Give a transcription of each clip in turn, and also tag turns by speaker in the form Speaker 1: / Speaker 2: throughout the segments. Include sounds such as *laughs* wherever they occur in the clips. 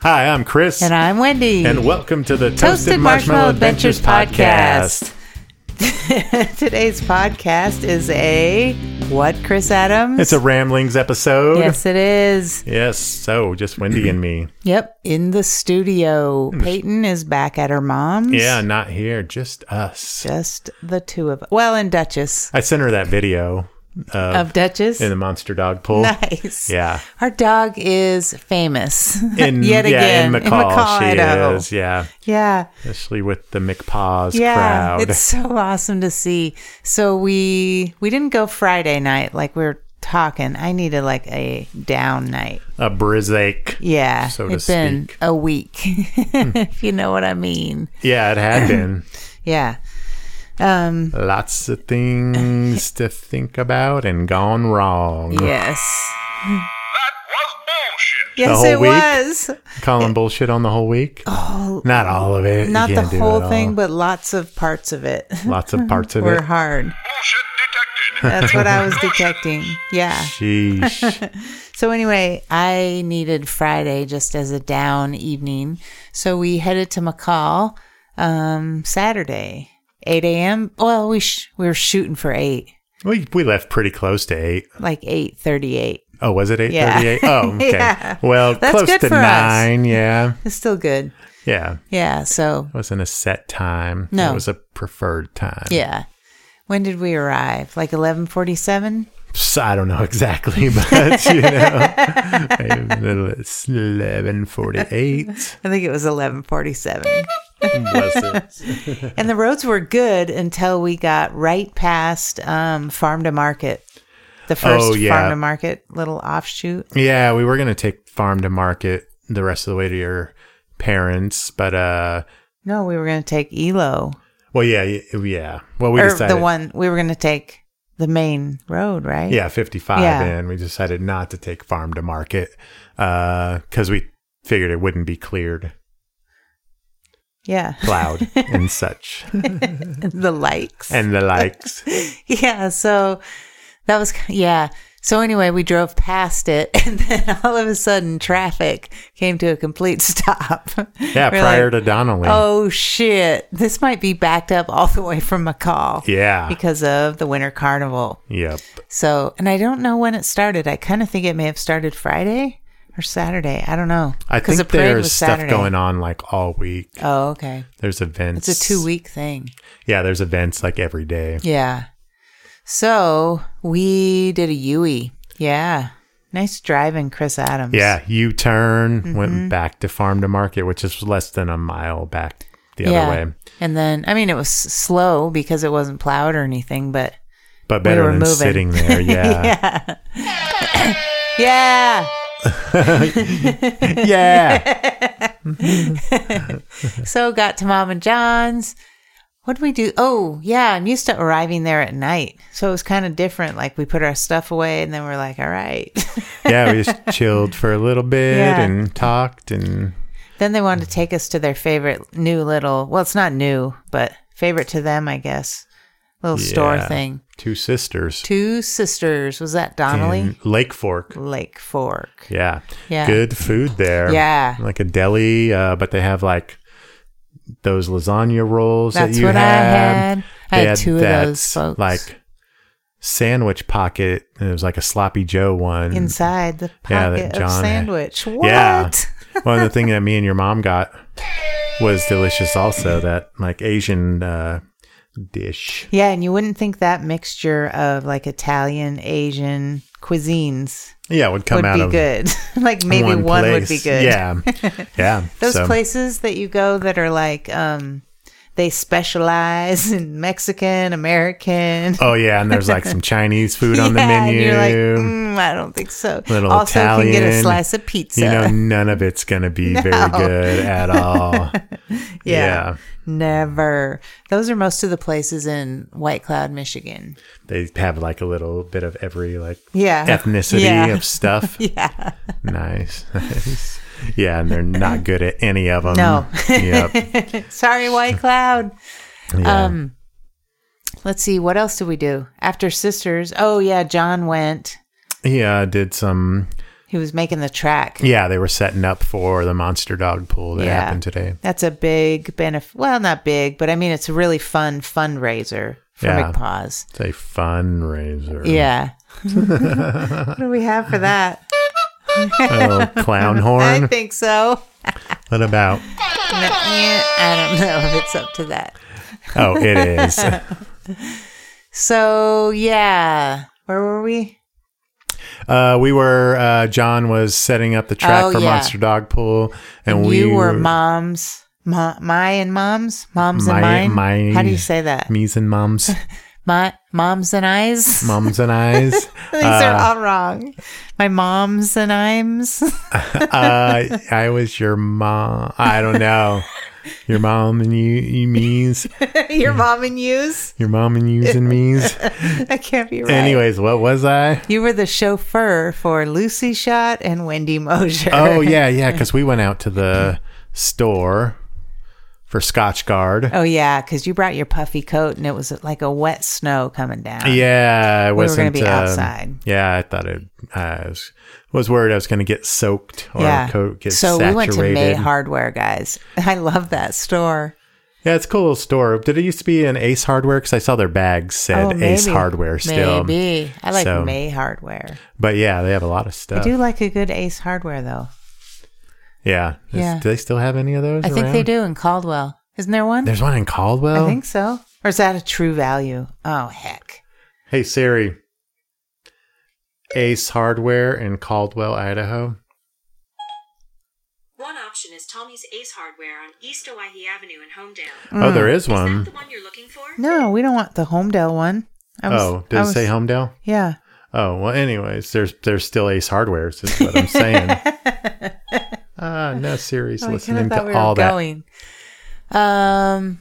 Speaker 1: Hi, I'm Chris.
Speaker 2: And I'm Wendy.
Speaker 1: And welcome to the Toasted, Toasted Marshmallow, Marshmallow, Adventures, Podcast.
Speaker 2: podcast.
Speaker 1: *laughs*
Speaker 2: Today's podcast is a what, Chris Adams?
Speaker 1: It's a Ramblings episode.
Speaker 2: Yes, it is.
Speaker 1: Yes, so just Wendy and me.
Speaker 2: Yep, in the studio. Peyton is back at her mom's.
Speaker 1: Hmm. Yeah, not here, just us.
Speaker 2: Just the two of us. Well, and Duchess.
Speaker 1: I sent her that video.
Speaker 2: Of, of, Duchess
Speaker 1: in the monster dog pool.
Speaker 2: Nice. *laughs*
Speaker 1: Yeah.
Speaker 2: Our dog is famous.
Speaker 1: In,
Speaker 2: *laughs* Yet
Speaker 1: yeah,
Speaker 2: again.
Speaker 1: In McCall, in McCall she Idaho. is. Yeah.
Speaker 2: Yeah.
Speaker 1: Especially with the McPaws
Speaker 2: yeah,
Speaker 1: crowd.
Speaker 2: It's so awesome to see. So we we didn't go Friday night like we were talking. I needed like a down night.
Speaker 1: A brisache.
Speaker 2: Yeah.
Speaker 1: So
Speaker 2: it's
Speaker 1: to
Speaker 2: been
Speaker 1: speak.
Speaker 2: a week. *laughs* if you know what I mean.
Speaker 1: Yeah, it
Speaker 2: *laughs*
Speaker 1: had been.
Speaker 2: yeah. Um,
Speaker 1: Lots of
Speaker 2: *laughs*
Speaker 1: things to think about and gone wrong.
Speaker 2: Yes.
Speaker 3: That was bullshit.
Speaker 1: The
Speaker 2: Yes,
Speaker 1: whole
Speaker 2: it
Speaker 1: week?
Speaker 2: was.
Speaker 1: Calling bullshit on the whole week.
Speaker 2: Oh,
Speaker 1: Not all of it. You
Speaker 2: not the
Speaker 1: can't do it
Speaker 2: whole
Speaker 1: all.
Speaker 2: thing, but lots of parts of it
Speaker 1: lots of parts of
Speaker 2: *laughs* were
Speaker 1: it.
Speaker 2: hard.
Speaker 3: Bullshit detected.
Speaker 2: That's
Speaker 1: *laughs*
Speaker 2: what I was detecting. Yeah. *laughs*
Speaker 1: Sheesh.
Speaker 2: So anyway, I needed Friday just as a down evening, so we headed to McCall um, Saturday, eight a.m. Well, we sh- we were shooting for eight,
Speaker 1: we we left pretty close to eight.
Speaker 2: like eight thirty-eight.
Speaker 1: Oh, was it eight
Speaker 2: Yeah. *laughs*
Speaker 1: thirty-eight? Oh, okay.
Speaker 2: Yeah.
Speaker 1: Well,
Speaker 2: That's
Speaker 1: close
Speaker 2: good
Speaker 1: to
Speaker 2: for us.
Speaker 1: nine. Yeah,
Speaker 2: It's still good.
Speaker 1: yeah.
Speaker 2: Yeah. So
Speaker 1: It wasn't a set time.
Speaker 2: No.
Speaker 1: it was a preferred time.
Speaker 2: yeah. When did we arrive? Like eleven forty-seven.
Speaker 1: So I don't know exactly, *laughs* but you
Speaker 2: *laughs*
Speaker 1: know, it's eleven forty-eight.
Speaker 2: I think it was
Speaker 1: *laughs*
Speaker 2: eleven forty-seven.
Speaker 1: Was it?
Speaker 2: and the roads were good until we got right past um, Farm to Market, the first
Speaker 1: Oh, yeah.
Speaker 2: Farm to Market little offshoot.
Speaker 1: Yeah, we were gonna take farm to market the rest of the way to your parents, but uh,
Speaker 2: No, we were going to take Elo,
Speaker 1: well, yeah, y- yeah. Well, we
Speaker 2: or
Speaker 1: decided
Speaker 2: the one we were going to take the main road, right?
Speaker 1: Yeah, 55
Speaker 2: Yeah.
Speaker 1: and we decided not to take farm to market uh cuz we figured it wouldn't be cleared,
Speaker 2: yeah,
Speaker 1: plowed and such
Speaker 2: *laughs* the likes.
Speaker 1: and the likes.
Speaker 2: *laughs* yeah, so that was yeah. So anyway, we drove past it, *laughs* and then all of a sudden, traffic came to a complete *laughs* stop.
Speaker 1: Yeah, prior to Donnelly.
Speaker 2: Oh shit! This might be backed up all the *laughs* way from McCall.
Speaker 1: Yeah.
Speaker 2: because of the Winter Carnival.
Speaker 1: Yep.
Speaker 2: So, and I don't know when it started. I kind of think it may have started Friday or Saturday. I don't know.
Speaker 1: I
Speaker 2: 'Cause
Speaker 1: think
Speaker 2: the parade
Speaker 1: there's
Speaker 2: was
Speaker 1: stuff
Speaker 2: Saturday.
Speaker 1: going on like all week.
Speaker 2: Oh, okay.
Speaker 1: There's events.
Speaker 2: It's a two week thing.
Speaker 1: Yeah, there's events like every day.
Speaker 2: Yeah. So we did a Yui. Yeah. Nice driving, Chris Adams.
Speaker 1: Yeah, U turn,
Speaker 2: Mm-hmm.
Speaker 1: went back to farm to market, which is less than a mile back the other
Speaker 2: yeah.
Speaker 1: way.
Speaker 2: And then, I mean, it was s- slow because it wasn't plowed or anything, but
Speaker 1: But better
Speaker 2: were
Speaker 1: than
Speaker 2: moving.
Speaker 1: sitting
Speaker 2: *laughs*
Speaker 1: there. Yeah.
Speaker 2: yeah. yeah.
Speaker 1: yeah.
Speaker 2: So got to Mom and John's. What did we do? Oh, yeah, I'm used to arriving there at night. So it was kind of different. Like we put our stuff away and then we're like, all right. *laughs*
Speaker 1: Yeah, we just chilled for a little bit
Speaker 2: Yeah.
Speaker 1: and talked and
Speaker 2: then they wanted to take us to their favorite new little, well, it's not new, but favorite to them, I guess, little store
Speaker 1: Yeah.
Speaker 2: thing.
Speaker 1: two sisters.
Speaker 2: Two sisters. Was that Donnelly?
Speaker 1: in Lake Fork.
Speaker 2: Lake Fork.
Speaker 1: Mm. Yeah.
Speaker 2: Yeah.
Speaker 1: Good food there.
Speaker 2: Yeah.
Speaker 1: Like a deli, uh, but they have like those lasagna rolls
Speaker 2: That's
Speaker 1: that you
Speaker 2: what I
Speaker 1: had.
Speaker 2: had. I
Speaker 1: They
Speaker 2: had two of
Speaker 1: that,
Speaker 2: those, folks.
Speaker 1: Like sandwich pocket, and it was like a sloppy Joe one. *laughs*
Speaker 2: inside the
Speaker 1: mm, Yeah,
Speaker 2: pocket
Speaker 1: that
Speaker 2: of
Speaker 1: John had-
Speaker 2: sandwich. What?
Speaker 1: Yeah. One of the thing that me and your mom got was delicious also, that like Asian uh, dish.
Speaker 2: Yeah, and you wouldn't think that mixture of like Italian, Asian cuisines
Speaker 1: Yeah, would come
Speaker 2: would
Speaker 1: out
Speaker 2: be
Speaker 1: of
Speaker 2: good. *laughs* like maybe one, would be
Speaker 1: place.
Speaker 2: good. *laughs*
Speaker 1: Yeah. Yeah.
Speaker 2: Those
Speaker 1: So,
Speaker 2: places that you go that are like um they specialize in Mexican, American.
Speaker 1: Oh yeah, and there's like some Chinese food on the
Speaker 2: *laughs* Yeah,
Speaker 1: menu.
Speaker 2: And you're like, mm, I don't think so.
Speaker 1: Little
Speaker 2: also, you can get a
Speaker 1: Italian.
Speaker 2: slice of pizza.
Speaker 1: you know, none of it's gonna
Speaker 2: *laughs*
Speaker 1: be very good at all.
Speaker 2: yeah,
Speaker 1: yeah.
Speaker 2: never. Those are most of the places in White Cloud, Michigan.
Speaker 1: They have like a little bit of every like
Speaker 2: Yeah,
Speaker 1: ethnicity
Speaker 2: Yeah.
Speaker 1: of stuff.
Speaker 2: *laughs* yeah.
Speaker 1: Nice. *laughs* nice. Yeah, and they're not good at any of them.
Speaker 2: No. *laughs*
Speaker 1: Yep.
Speaker 2: Sorry, White Cloud.
Speaker 1: Yeah.
Speaker 2: Um, let's see. What else did we do after Sisters? Oh yeah, John went.
Speaker 1: yeah, I did some.
Speaker 2: He was making the track.
Speaker 1: Yeah, they were setting up for the monster dog pool that
Speaker 2: Yeah.
Speaker 1: happened today.
Speaker 2: That's a big benefit. Well, not big, but I mean, it's a really fun fundraiser for
Speaker 1: Yeah. Mm-hmm.
Speaker 2: McPaws.
Speaker 1: It's a fundraiser. *laughs*
Speaker 2: Yeah. what do we have for that?
Speaker 1: A
Speaker 2: *laughs*
Speaker 1: little clown horn.
Speaker 2: I think so.
Speaker 1: what about?
Speaker 2: No, yeah, I don't know if it's up to that.
Speaker 1: Oh, it
Speaker 2: *laughs*
Speaker 1: is.
Speaker 2: So yeah, where were we?
Speaker 1: Uh, we were. Uh, John was setting up the track
Speaker 2: Oh,
Speaker 1: for
Speaker 2: yeah.
Speaker 1: Monster Dog Pool, and, we
Speaker 2: you were moms, ma- my and moms, moms
Speaker 1: My-
Speaker 2: and mine.
Speaker 1: my-
Speaker 2: How do you say that?
Speaker 1: me's and
Speaker 2: *laughs*
Speaker 1: moms,
Speaker 2: My moms and I's.
Speaker 1: moms and eyes.
Speaker 2: *laughs* These are all wrong. My moms and I'ms. *laughs*
Speaker 1: uh, I was your mom. I don't know. Your mom and you, you me's.
Speaker 2: Your mom and yous.
Speaker 1: Your mom and yous and me's.
Speaker 2: That can't be right.
Speaker 1: Anyways, what was I?
Speaker 2: You were the chauffeur for Lucy Shot and Wendy Mosher.
Speaker 1: Oh yeah, yeah. Because we went out to the store for Scotch Guard.
Speaker 2: Oh, yeah, because you brought your puffy coat and it was like a wet snow coming down.
Speaker 1: Yeah, I
Speaker 2: were gonna
Speaker 1: wasn't.
Speaker 2: be
Speaker 1: uh,
Speaker 2: outside.
Speaker 1: Yeah, I thought it. I was, was worried I was going to get soaked or
Speaker 2: Yeah.
Speaker 1: coat get
Speaker 2: so
Speaker 1: saturated.
Speaker 2: we went to May Hardware, guys. *laughs* I love that store.
Speaker 1: Yeah, it's a cool little store. Did it used to be an Ace Hardware? Because I saw their bags said
Speaker 2: Oh,
Speaker 1: Ace
Speaker 2: maybe.
Speaker 1: Hardware still. um,
Speaker 2: Maybe. I like
Speaker 1: So-
Speaker 2: May Hardware.
Speaker 1: But yeah, they have a lot of
Speaker 2: I
Speaker 1: stuff.
Speaker 2: do like a good Ace Hardware, though.
Speaker 1: Yeah. Is-
Speaker 2: Yeah.
Speaker 1: Do they still have any of those?
Speaker 2: I think they
Speaker 1: around?
Speaker 2: do in Caldwell. Isn't there one?
Speaker 1: There's one in Caldwell.
Speaker 2: I think so. Or is that a true value? Oh, heck.
Speaker 1: Hey Siri, Ace Hardware in Caldwell, Idaho.
Speaker 4: One option is Tommy's Ace Hardware on East Owyhee Avenue in Homedale.
Speaker 2: Mm.
Speaker 1: Oh, there is
Speaker 4: Is
Speaker 1: one.
Speaker 4: that the one you're looking for?
Speaker 2: No, we don't want the Homedale one. I was-
Speaker 1: oh, did
Speaker 2: I
Speaker 1: it
Speaker 2: was-
Speaker 1: say Homedale?
Speaker 2: Yeah.
Speaker 1: Oh well. Anyways, there's there's still Ace Hardware. Is what I'm saying.
Speaker 2: *laughs*
Speaker 1: Ah, no, Siri's
Speaker 2: Oh, I kinda
Speaker 1: listening
Speaker 2: thought
Speaker 1: to
Speaker 2: we were
Speaker 1: all that.
Speaker 2: going. Um,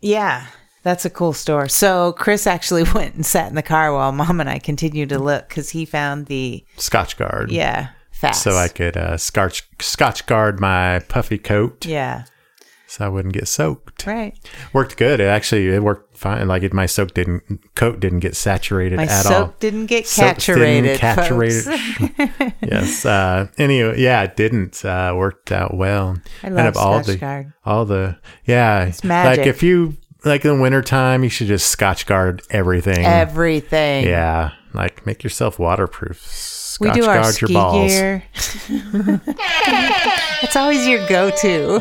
Speaker 2: yeah, that's a cool store. So Chris actually *laughs* went and sat in the car while Mom and I continued to look because he found the
Speaker 1: Scotch guard.
Speaker 2: yeah fast.
Speaker 1: So I could uh, scotch scotch guard my puffy coat,
Speaker 2: yeah
Speaker 1: so I wouldn't get soaked.
Speaker 2: right.
Speaker 1: Worked good. It actually it worked fine. Like it, my soak didn't coat didn't get saturated
Speaker 2: My
Speaker 1: at
Speaker 2: soap
Speaker 1: all.
Speaker 2: didn't get
Speaker 1: Soap
Speaker 2: saturated.
Speaker 1: didn't
Speaker 2: Caturated.
Speaker 1: caturated. yes. Uh, anyway, yeah, it didn't. Uh, worked out well.
Speaker 2: I
Speaker 1: And
Speaker 2: love
Speaker 1: of all
Speaker 2: Scotch
Speaker 1: the
Speaker 2: Guard.
Speaker 1: all the yeah. It's
Speaker 2: magic.
Speaker 1: Like if you like in wintertime, you should just Scotch guard everything.
Speaker 2: *laughs* Everything.
Speaker 1: yeah, like make yourself waterproof.
Speaker 2: We
Speaker 1: Scotch
Speaker 2: do our
Speaker 1: guard
Speaker 2: ski
Speaker 1: your balls.
Speaker 2: gear. *laughs* it's always your go-to.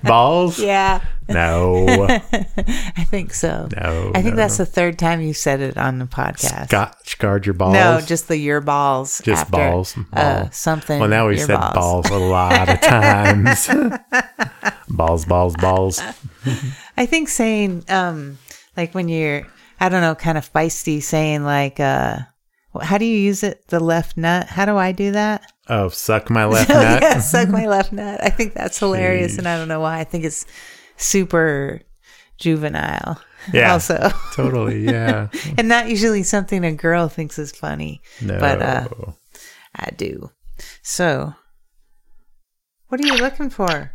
Speaker 1: *laughs* Balls?
Speaker 2: Yeah, *laughs*
Speaker 1: No,
Speaker 2: I think so.
Speaker 1: no.
Speaker 2: I think
Speaker 1: no,
Speaker 2: that's the third time you said it on the podcast.
Speaker 1: Scotch guard your balls.
Speaker 2: No, just the your balls.
Speaker 1: Just
Speaker 2: after,
Speaker 1: balls,
Speaker 2: Uh,
Speaker 1: ball.
Speaker 2: something.
Speaker 1: Well, now we've
Speaker 2: your
Speaker 1: said balls. a lot of times. *laughs* balls, balls,
Speaker 2: *laughs*
Speaker 1: balls.
Speaker 2: I think saying, um, like when you're, I don't know, kind of feisty, saying like, uh, wh- how do you use it? The left nut. How do I
Speaker 1: *laughs*
Speaker 2: do that? *laughs*
Speaker 1: Oh, suck my left
Speaker 2: Oh,
Speaker 1: nut.
Speaker 2: *laughs* yeah, suck my left nut. I think that's hilarious, and I don't know why. I think it's super juvenile. *laughs*
Speaker 1: Yeah. *laughs*
Speaker 2: Also,
Speaker 1: Totally, yeah.
Speaker 2: and not usually something a girl thinks is funny,
Speaker 1: No.
Speaker 2: but uh, I do. So, what are you looking for?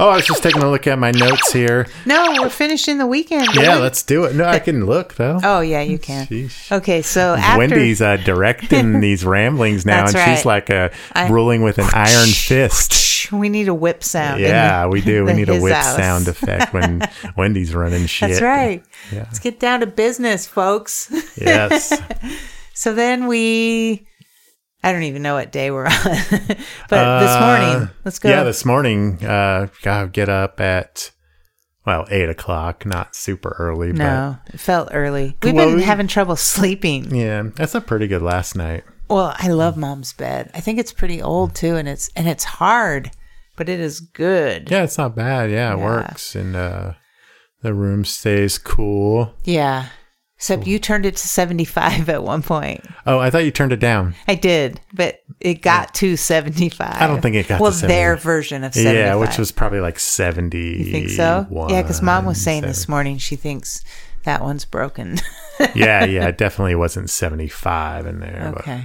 Speaker 1: oh, I was just taking a look at my notes here.
Speaker 2: No, we're finishing the weekend.
Speaker 1: Yeah,
Speaker 2: dude.
Speaker 1: let's do it. No, I can look though.
Speaker 2: Oh yeah, you can.
Speaker 1: Sheesh.
Speaker 2: Okay, so after
Speaker 1: Wendy's
Speaker 2: *laughs*
Speaker 1: uh, directing these ramblings now,
Speaker 2: That's
Speaker 1: and she's
Speaker 2: right.
Speaker 1: like uh,
Speaker 2: I- *laughs*
Speaker 1: ruling with an iron fist.
Speaker 2: We need a whip sound. in
Speaker 1: yeah,
Speaker 2: the-
Speaker 1: we do. We
Speaker 2: the
Speaker 1: need a
Speaker 2: his
Speaker 1: whip
Speaker 2: house.
Speaker 1: sound effect when
Speaker 2: *laughs*
Speaker 1: Wendy's running shit.
Speaker 2: That's right.
Speaker 1: Yeah.
Speaker 2: Let's get down to business, folks. *laughs*
Speaker 1: Yes.
Speaker 2: So then we, I don't even know what day we're on, *laughs* but this
Speaker 1: Uh,
Speaker 2: morning, let's go.
Speaker 1: Yeah, this morning, uh, gotta get up at well eight o'clock. Not super early,
Speaker 2: no, it felt early. We've
Speaker 1: Well,
Speaker 2: been
Speaker 1: we-
Speaker 2: having trouble sleeping.
Speaker 1: but yeah, that's a pretty good last night.
Speaker 2: Well, I love mom's bed. I think it's pretty old too, and it's and it's hard, but it is good.
Speaker 1: Yeah, it's not bad. Yeah, it
Speaker 2: Yeah.
Speaker 1: works, and uh, the room stays cool.
Speaker 2: Yeah. Except
Speaker 1: Hmm.
Speaker 2: you turned it to seventy five at one point.
Speaker 1: Oh, I thought you turned it down.
Speaker 2: I did, but it got to seventy five.
Speaker 1: Hmm. I don't think it got to
Speaker 2: well
Speaker 1: 75.
Speaker 2: their version of seventy five.
Speaker 1: Yeah, which was probably like
Speaker 2: you
Speaker 1: seventy.
Speaker 2: think so? Yeah, because mom was
Speaker 1: *laughs*
Speaker 2: saying this morning she thinks that one's broken.
Speaker 1: yeah, yeah, it definitely wasn't seventy-five in there.
Speaker 2: Okay.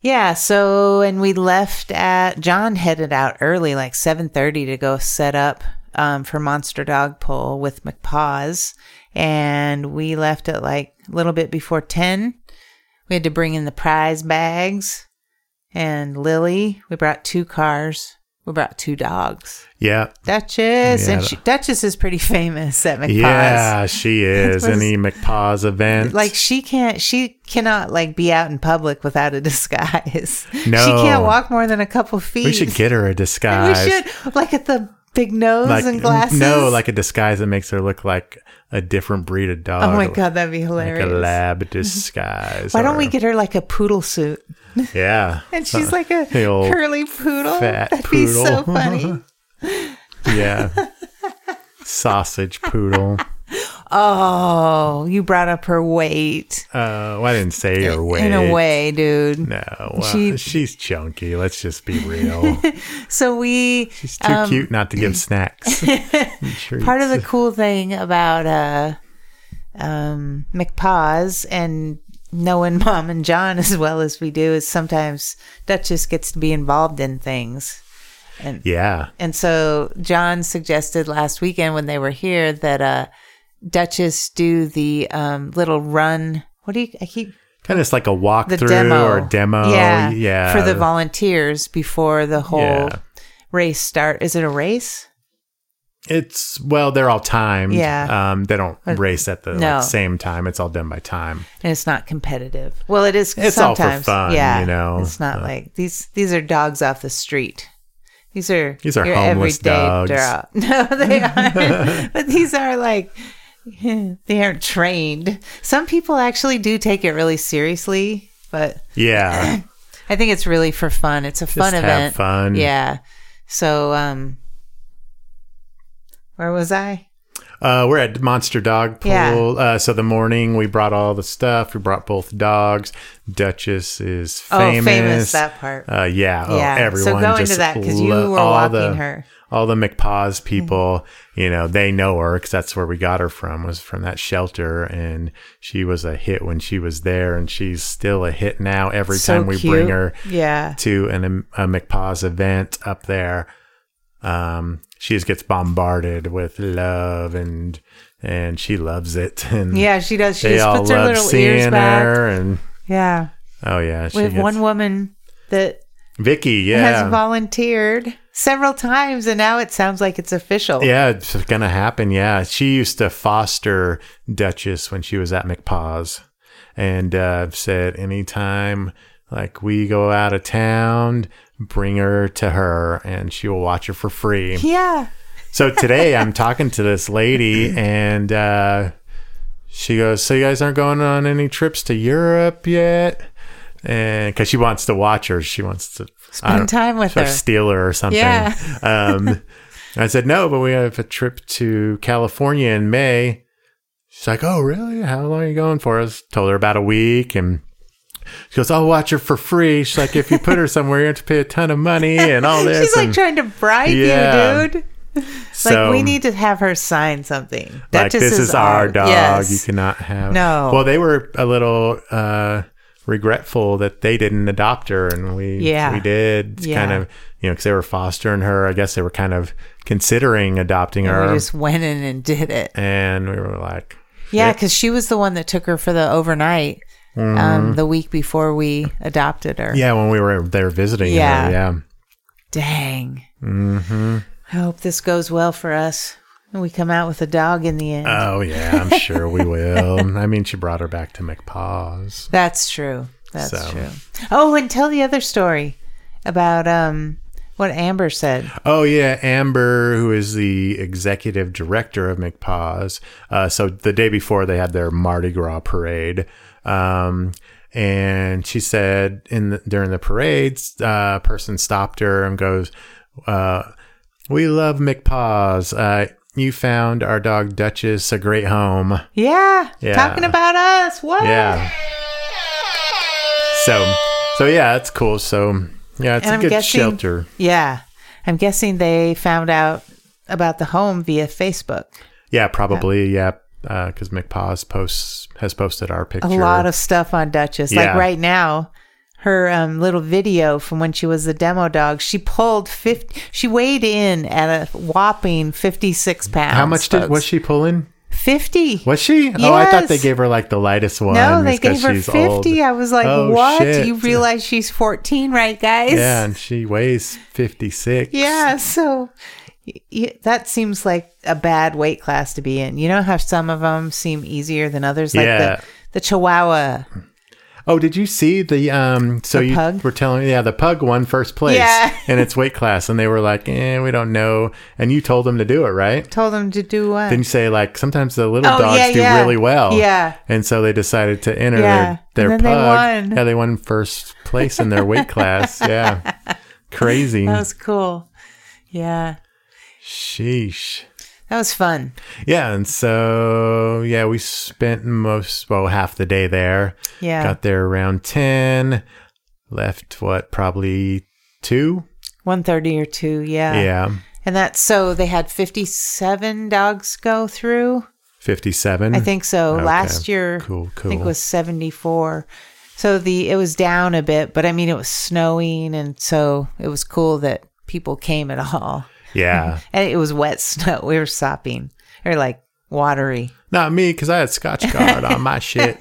Speaker 2: Yeah, so and we left at John headed out early, like seven thirty, to go set up um, for Monster Dog Pull with McPaws, and we left at like a little bit before ten. We had to bring in the prize bags, and Lily. We brought two cars. We brought two dogs.
Speaker 1: But yeah,
Speaker 2: Duchess and
Speaker 1: Yeah.
Speaker 2: she, Duchess is pretty *laughs* famous at McPaws.
Speaker 1: yeah,
Speaker 2: *laughs*
Speaker 1: she is.
Speaker 2: was-
Speaker 1: Any McPaws event?
Speaker 2: Like she can't, she cannot like be out in public without a *laughs* disguise.
Speaker 1: No.
Speaker 2: she can't walk more than a couple feet.
Speaker 1: we should get her a
Speaker 2: *laughs* We
Speaker 1: disguise.
Speaker 2: should like at the big nose and glasses.
Speaker 1: No, like a disguise that makes her look like a different breed of dog.
Speaker 2: oh my god, that'd be
Speaker 1: uh, Like
Speaker 2: hilarious. Mm-hmm.
Speaker 1: a lab disguise.
Speaker 2: Why don't we
Speaker 1: or-
Speaker 2: get her like a poodle suit?
Speaker 1: Yeah.
Speaker 2: *laughs* And she's like a
Speaker 1: Uh, *laughs* the old
Speaker 2: curly poodle.
Speaker 1: fat
Speaker 2: Oh, That'd be
Speaker 1: poodle.
Speaker 2: so funny.
Speaker 1: *laughs* Yeah. Sausage
Speaker 2: *laughs*
Speaker 1: poodle.
Speaker 2: Oh, you brought up her weight.
Speaker 1: Uh, well, I didn't say her weight.
Speaker 2: In a way, dude.
Speaker 1: No, well,
Speaker 2: She-
Speaker 1: she's chunky. Let's just be
Speaker 2: *laughs*
Speaker 1: real.
Speaker 2: So we
Speaker 1: She's too
Speaker 2: Um,
Speaker 1: cute not to
Speaker 2: *laughs*
Speaker 1: give snacks. and treats.
Speaker 2: part of the cool thing about uh um McPaws and knowing *laughs* mom and John as well as we do is sometimes Duchess gets to be involved in things.
Speaker 1: yeah.
Speaker 2: And so John suggested last weekend when they were here that uh Duchess do the um little run what do you I keep
Speaker 1: Kind of like a
Speaker 2: the
Speaker 1: walkthrough
Speaker 2: demo
Speaker 1: or demo.
Speaker 2: yeah,
Speaker 1: Yeah.
Speaker 2: for the volunteers before the whole
Speaker 1: Yeah.
Speaker 2: race start is it a race
Speaker 1: It's well, they're all timed.
Speaker 2: Yeah. Uh,
Speaker 1: Um, they don't race at the like,
Speaker 2: no.
Speaker 1: same time. It's all done by time.
Speaker 2: and it's not competitive. Well, it is.
Speaker 1: It's all for
Speaker 2: sometimes.
Speaker 1: fun,
Speaker 2: yeah.
Speaker 1: you know.
Speaker 2: It's not
Speaker 1: Uh,
Speaker 2: like these. These are dogs off the street. These are
Speaker 1: These are
Speaker 2: your
Speaker 1: homeless dogs.
Speaker 2: draw. *laughs* No, they aren't. *laughs* but these are like *laughs* they aren't trained. Some people actually do take it really seriously, but *laughs*
Speaker 1: Yeah.
Speaker 2: I think it's really for fun. It's a fun
Speaker 1: have
Speaker 2: event.
Speaker 1: fun.
Speaker 2: Yeah. So, um, where was I?
Speaker 1: uh, we're at Monster Dog Pool.
Speaker 2: Yeah.
Speaker 1: Uh, so the morning we brought all the stuff. We brought both dogs. Duchess is
Speaker 2: Oh,
Speaker 1: famous.
Speaker 2: famous, that part.
Speaker 1: Uh, yeah. Oh,
Speaker 2: Yeah. So
Speaker 1: Everyone.
Speaker 2: go into
Speaker 1: just
Speaker 2: that, 'cause you
Speaker 1: lo-
Speaker 2: were
Speaker 1: all
Speaker 2: walking
Speaker 1: the-
Speaker 2: her. Mm-hmm.
Speaker 1: All the McPaws people, you know, they know her because that's where we got her from. Was from that shelter, and she was a hit when she was there, and she's still a hit now. Every
Speaker 2: So
Speaker 1: time we
Speaker 2: cute.
Speaker 1: bring her,
Speaker 2: Yeah.
Speaker 1: to an, um, a McPaws event up there. Um, she just gets bombarded with love and and she loves it. *laughs* And
Speaker 2: Yeah, she does. She
Speaker 1: they
Speaker 2: just
Speaker 1: all
Speaker 2: puts her
Speaker 1: love
Speaker 2: little ears
Speaker 1: seeing
Speaker 2: back.
Speaker 1: her. And
Speaker 2: Yeah.
Speaker 1: oh yeah, she
Speaker 2: We have
Speaker 1: gets-
Speaker 2: one woman that
Speaker 1: Vicky.
Speaker 2: has
Speaker 1: Yeah,
Speaker 2: volunteered several times, and now it sounds like it's official.
Speaker 1: yeah, it's gonna happen. Yeah, she used to foster Duchess when she was at McPaws, and uh, said anytime like we go out of town, bring her to her, and she will watch her for free.
Speaker 2: Yeah.
Speaker 1: So today I'm talking to this lady, and uh, she goes, "So you guys aren't going on any trips to Europe yet?" And because she wants to watch her, she wants to I
Speaker 2: Spend
Speaker 1: don't-
Speaker 2: time with
Speaker 1: or
Speaker 2: her.
Speaker 1: steal her or something.
Speaker 2: Yeah.
Speaker 1: Um, I said no, but we have a trip to California in May. She's like, "Oh, really? How long are you going for?" I was- told her about a week, and she goes, "I'll watch her for free." She's like, "If you put her somewhere, you have to pay a ton of money and
Speaker 2: *laughs*
Speaker 1: all this."
Speaker 2: She's like
Speaker 1: and
Speaker 2: trying to bribe
Speaker 1: Yeah.
Speaker 2: you, dude.
Speaker 1: so-
Speaker 2: like, we need to have her sign something. That
Speaker 1: like
Speaker 2: just
Speaker 1: this is, our dog
Speaker 2: Yes.
Speaker 1: you cannot have
Speaker 2: No.
Speaker 1: well they were a little uh regretful that they didn't adopt her and we
Speaker 2: Yeah.
Speaker 1: we did It's
Speaker 2: Yeah.
Speaker 1: kind of you know because they were fostering her i guess they were kind of considering adopting
Speaker 2: And
Speaker 1: her
Speaker 2: we just went in and did it.
Speaker 1: and we were like
Speaker 2: Yeah, because she was the one that took her for the overnight
Speaker 1: Mm-hmm.
Speaker 2: um, the week before we adopted her.
Speaker 1: yeah when we were there visiting
Speaker 2: Yeah.
Speaker 1: her yeah
Speaker 2: Dang.
Speaker 1: Mm-hmm.
Speaker 2: I hope this goes well for us and we come out with a dog in the end.
Speaker 1: Oh yeah, I'm sure we will. *laughs* I mean, she brought her back to McPaws.
Speaker 2: That's true. That's
Speaker 1: So-
Speaker 2: true. Oh, and tell the other story about um what Amber said.
Speaker 1: Oh yeah, Amber, who is the executive director of McPaws. Uh, so the day before they had their Mardi Gras parade, um, and she said in the, during the parade, a uh, person stopped her and goes, uh, "We love McPaws. Uh, you found our dog Duchess a great home."
Speaker 2: Yeah,
Speaker 1: Yeah.
Speaker 2: talking about us. What?
Speaker 1: Yeah. So, so yeah, it's cool. So yeah, it's
Speaker 2: And
Speaker 1: a
Speaker 2: I'm
Speaker 1: good
Speaker 2: guessing-
Speaker 1: shelter.
Speaker 2: Yeah. I'm guessing they found out about the home via Facebook.
Speaker 1: Yeah, probably. Yeah, Uh, because McPaws posts has posted our picture.
Speaker 2: A lot of stuff on Duchess. Like
Speaker 1: Yeah.
Speaker 2: right now, her um, little video from when she was the demo dog, she pulled 50, she weighed in at a whopping 56 pounds.
Speaker 1: How much did was
Speaker 2: folks.
Speaker 1: she pulling?
Speaker 2: 50.
Speaker 1: Was she? Oh, I thought they
Speaker 2: Yes.
Speaker 1: gave her like the lightest one.
Speaker 2: No, they
Speaker 1: just 'cause
Speaker 2: gave her
Speaker 1: she's
Speaker 2: 50.
Speaker 1: old.
Speaker 2: I was like,
Speaker 1: Oh,
Speaker 2: what?
Speaker 1: shit.
Speaker 2: You realize she's 14, right, guys?
Speaker 1: Yeah, and she weighs fifty six.
Speaker 2: Yeah, so y- y- that seems like a bad weight class to be in. You know how some of them seem easier than others, like
Speaker 1: Yeah.
Speaker 2: the, the Chihuahua.
Speaker 1: Oh, did you see the um? So
Speaker 2: The
Speaker 1: you
Speaker 2: pug?
Speaker 1: were telling, yeah, the pug won first place.
Speaker 2: Yeah.
Speaker 1: in its weight class, and they were like, eh, we don't know. And you told them to do it, right?
Speaker 2: Told them to do what?
Speaker 1: Then you say like sometimes the little
Speaker 2: Oh,
Speaker 1: dogs
Speaker 2: yeah,
Speaker 1: do
Speaker 2: yeah.
Speaker 1: really well.
Speaker 2: Yeah.
Speaker 1: And so they decided to enter
Speaker 2: Yeah.
Speaker 1: their, their
Speaker 2: And then they
Speaker 1: pug.
Speaker 2: won.
Speaker 1: Yeah, they won first place in their weight
Speaker 2: *laughs*
Speaker 1: class. Yeah. Crazy.
Speaker 2: that was cool. Yeah,
Speaker 1: Sheesh.
Speaker 2: that was fun.
Speaker 1: Yeah, and so yeah, we spent most well half the day there.
Speaker 2: Yeah.
Speaker 1: Got there around ten. Left what, probably two?
Speaker 2: 130 or two, yeah.
Speaker 1: yeah.
Speaker 2: And that's so they had 57 dogs go through.
Speaker 1: Fifty seven.
Speaker 2: I think so.
Speaker 1: Hmm. Okay.
Speaker 2: Last year,
Speaker 1: Cool,
Speaker 2: I think
Speaker 1: cool.
Speaker 2: it was 74. So the it was down a bit, but I mean it was snowing and so it was cool that people came at all. *laughs*
Speaker 1: Yeah.
Speaker 2: And it was wet snow. *laughs* We were sopping or like watery.
Speaker 1: Not me, because I had Scotch Guard on my shit.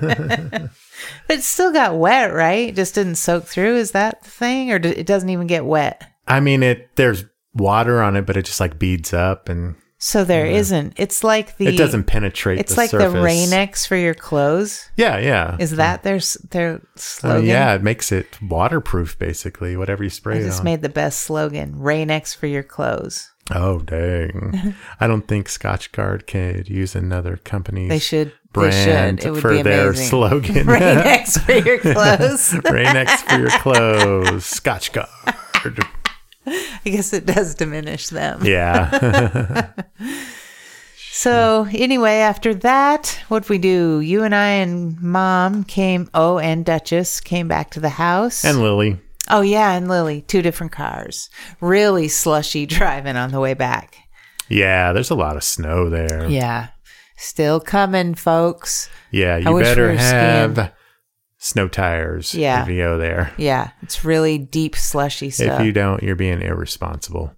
Speaker 2: But it still got wet, right? It just didn't soak through. Is that the thing? Or do, it doesn't even get wet?
Speaker 1: I mean, it there's water on it, but it just like beads up and
Speaker 2: So there not It's like the.
Speaker 1: Mm-hmm. it doesn't penetrate.
Speaker 2: It's
Speaker 1: the
Speaker 2: like
Speaker 1: surface.
Speaker 2: the Rain-X for your clothes.
Speaker 1: Yeah, yeah.
Speaker 2: Is that their, s- their
Speaker 1: I
Speaker 2: slogan?
Speaker 1: mean, Oh, yeah, it makes it waterproof, basically. Whatever you spray
Speaker 2: I
Speaker 1: it
Speaker 2: just
Speaker 1: on.
Speaker 2: made the best slogan Rain-X for your clothes.
Speaker 1: oh
Speaker 2: *laughs*
Speaker 1: dang! I don't think Scotch Guard could use another company's
Speaker 2: They should.
Speaker 1: brand
Speaker 2: they should. It would
Speaker 1: for
Speaker 2: be
Speaker 1: their
Speaker 2: amazing. *laughs*
Speaker 1: slogan. *laughs*
Speaker 2: Rain X for your clothes.
Speaker 1: Rain-X for your
Speaker 2: *laughs*
Speaker 1: clothes, Scotch Guard.
Speaker 2: I guess it does diminish them. *laughs*
Speaker 1: Yeah.
Speaker 2: So anyway, after that, what we do? You and I and Mom came. Oh, and Duchess came back to the house.
Speaker 1: and Lily.
Speaker 2: oh yeah, and Lily, two different cars. Really slushy driving on the way back.
Speaker 1: Yeah, there's a lot of snow there.
Speaker 2: Yeah, still coming, folks.
Speaker 1: Yeah, you
Speaker 2: wish we
Speaker 1: better
Speaker 2: were
Speaker 1: have
Speaker 2: skiing.
Speaker 1: snow tires
Speaker 2: Yeah.
Speaker 1: video there.
Speaker 2: Yeah, it's really deep slushy stuff. *laughs*
Speaker 1: If you don't, you're being irresponsible.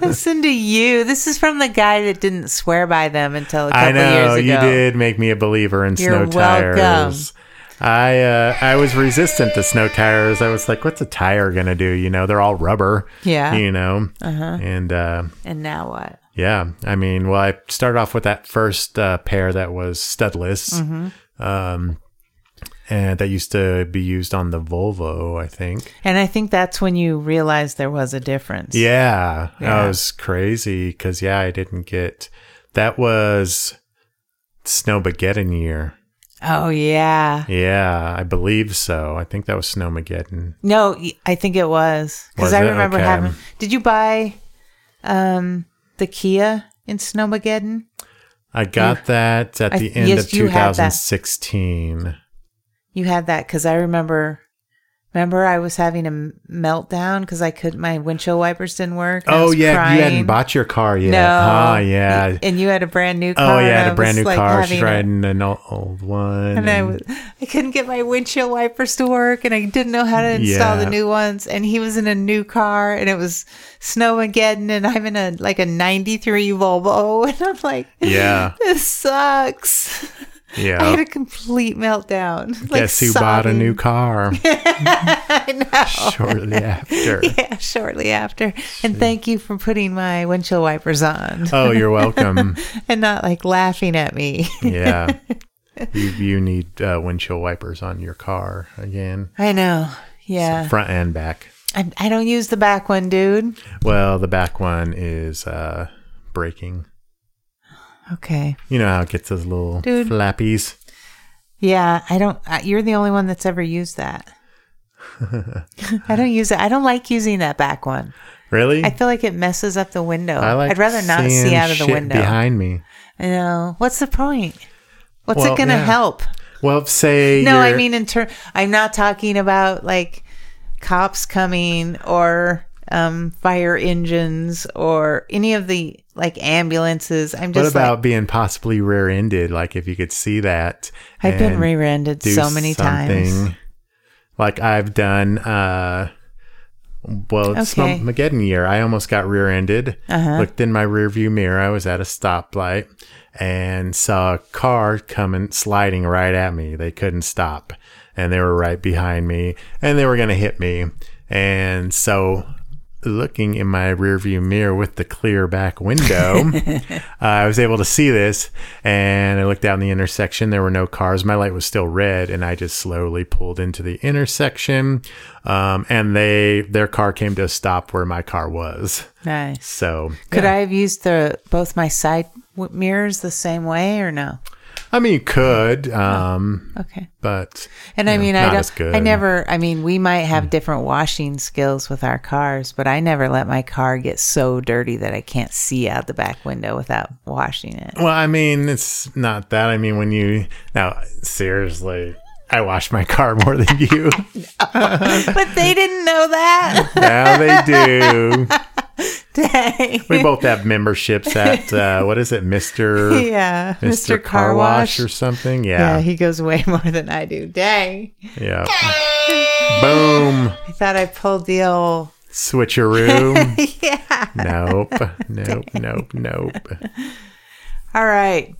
Speaker 2: Listen to you. This is from the guy that didn't swear by them until a couple
Speaker 1: I know
Speaker 2: years
Speaker 1: you
Speaker 2: ago.
Speaker 1: did make me a believer in
Speaker 2: You're
Speaker 1: snow
Speaker 2: welcome.
Speaker 1: tires. I uh, I was resistant to snow tires. I was like, "What's a tire gonna do?" You know, they're all rubber.
Speaker 2: Yeah. Uh-huh.
Speaker 1: You know, and uh,
Speaker 2: And now what?
Speaker 1: yeah, I mean, well, I started off with that first uh, pair that was studless,
Speaker 2: Mm-hmm.
Speaker 1: um, and that used to be used on the Volvo, I think.
Speaker 2: And I think that's when you realized there was a difference.
Speaker 1: Yeah, that
Speaker 2: Yeah.
Speaker 1: was crazy because yeah, I didn't get that was Snowmageddon year.
Speaker 2: Oh yeah.
Speaker 1: Yeah, I believe so. I think that was Snowmageddon.
Speaker 2: No, y- I think it was because
Speaker 1: Was
Speaker 2: I
Speaker 1: it?
Speaker 2: remember
Speaker 1: Okay.
Speaker 2: having. Did you buy um the Kia in Snowmageddon?
Speaker 1: I got that at
Speaker 2: I-
Speaker 1: the end
Speaker 2: yes,
Speaker 1: of
Speaker 2: you had that.
Speaker 1: 2016.
Speaker 2: You had that because I remember. Remember, I was having a m- meltdown because I could my windshield wipers didn't work. and I
Speaker 1: Oh
Speaker 2: was
Speaker 1: yeah, you
Speaker 2: crying.
Speaker 1: hadn't bought your car yet.
Speaker 2: No.
Speaker 1: Ah, yeah.
Speaker 2: Y- And you had a brand new car.
Speaker 1: oh yeah, I
Speaker 2: and
Speaker 1: had a brand
Speaker 2: was,
Speaker 1: new
Speaker 2: like,
Speaker 1: car. She's
Speaker 2: having a-
Speaker 1: riding an old, old one.
Speaker 2: and I was, I couldn't get my windshield wipers to work, and I didn't know how to install
Speaker 1: Yeah.
Speaker 2: the new ones. And he was in a new car, and it was snowmageddon, and I'm in *laughs* a like a '93 Volvo, and I'm like,
Speaker 1: Yeah.
Speaker 2: this sucks.
Speaker 1: Yeah.
Speaker 2: I had a complete meltdown. Like
Speaker 1: Guess who bought a
Speaker 2: sobbing.
Speaker 1: new car
Speaker 2: *laughs* I know.
Speaker 1: shortly after?
Speaker 2: *laughs* Yeah, shortly after. And thank you for putting my windshield wipers on
Speaker 1: Oh, you're
Speaker 2: *laughs*
Speaker 1: welcome.
Speaker 2: and not like laughing at me. *laughs*
Speaker 1: Yeah. You, you need uh, windshield wipers on your car again,
Speaker 2: I know. Yeah.
Speaker 1: front and back.
Speaker 2: I, I don't use the back one, dude.
Speaker 1: Well, the back one is uh, braking.
Speaker 2: Okay.
Speaker 1: You know how it gets those little
Speaker 2: Dude.
Speaker 1: flappies.
Speaker 2: Yeah, I don't. I, you're the only one that's ever
Speaker 1: *laughs*
Speaker 2: used that. I don't use it. I don't like using that back one.
Speaker 1: Really?
Speaker 2: I feel like it messes up the window.
Speaker 1: I
Speaker 2: I'd rather not
Speaker 1: seeing
Speaker 2: see out of the
Speaker 1: shit
Speaker 2: window.
Speaker 1: behind me.
Speaker 2: I know. What's the point? What's
Speaker 1: Well,
Speaker 2: it going to
Speaker 1: yeah.
Speaker 2: help?
Speaker 1: Well, say
Speaker 2: No, I
Speaker 1: you're-
Speaker 2: mean in term. I'm not talking about like cops coming or um, fire engines or any of the like ambulances. I'm
Speaker 1: What
Speaker 2: just
Speaker 1: about
Speaker 2: like
Speaker 1: being possibly rear-ended? Like if you could see that.
Speaker 2: I've been
Speaker 1: and
Speaker 2: rear-ended
Speaker 1: do
Speaker 2: so many times.
Speaker 1: something. Like I've done. uh Well, it's
Speaker 2: Okay. Uh-huh.
Speaker 1: Mageddon year. I almost got rear-ended. Looked in my rearview mirror. I was at a stoplight and saw a car coming sliding right at me. They couldn't stop, and they were right behind me, and they were going to hit me. And so, looking in my rearview mirror with the clear back
Speaker 2: *laughs*
Speaker 1: window. Uh, I was able to see this, and I looked down the intersection. There were no cars. My light was still red, and I just slowly pulled into the intersection. Um, and they their car came to a stop where my car was.
Speaker 2: Nice.
Speaker 1: So
Speaker 2: Could
Speaker 1: yeah.
Speaker 2: I have used the both my side w- mirrors the same way or no?
Speaker 1: I mean, you could, um,
Speaker 2: Okay.
Speaker 1: but
Speaker 2: And
Speaker 1: Yeah,
Speaker 2: I mean, I
Speaker 1: not
Speaker 2: don't.
Speaker 1: as good. Hmm.
Speaker 2: I never. I mean, we might have different washing skills with our cars, but I never let my car get so dirty that I can't see out the back window without washing
Speaker 1: *laughs*
Speaker 2: it.
Speaker 1: well, I mean, it's not that. I mean, when you now seriously. I wash my car more than you.
Speaker 2: *laughs* but they didn't know that.
Speaker 1: now they do.
Speaker 2: Dang. *laughs*
Speaker 1: We both have memberships at uh, what is it, Mister
Speaker 2: Yeah,
Speaker 1: Mr. Car Wash or something.
Speaker 2: yeah,
Speaker 1: Yeah.
Speaker 2: he goes way *laughs* more than I do. Dang.
Speaker 1: Yeah. Boom.
Speaker 2: I thought I pulled the old.
Speaker 1: Switcheroo.
Speaker 2: yeah.
Speaker 1: nope. Nope. Nope. Nope.
Speaker 2: All right.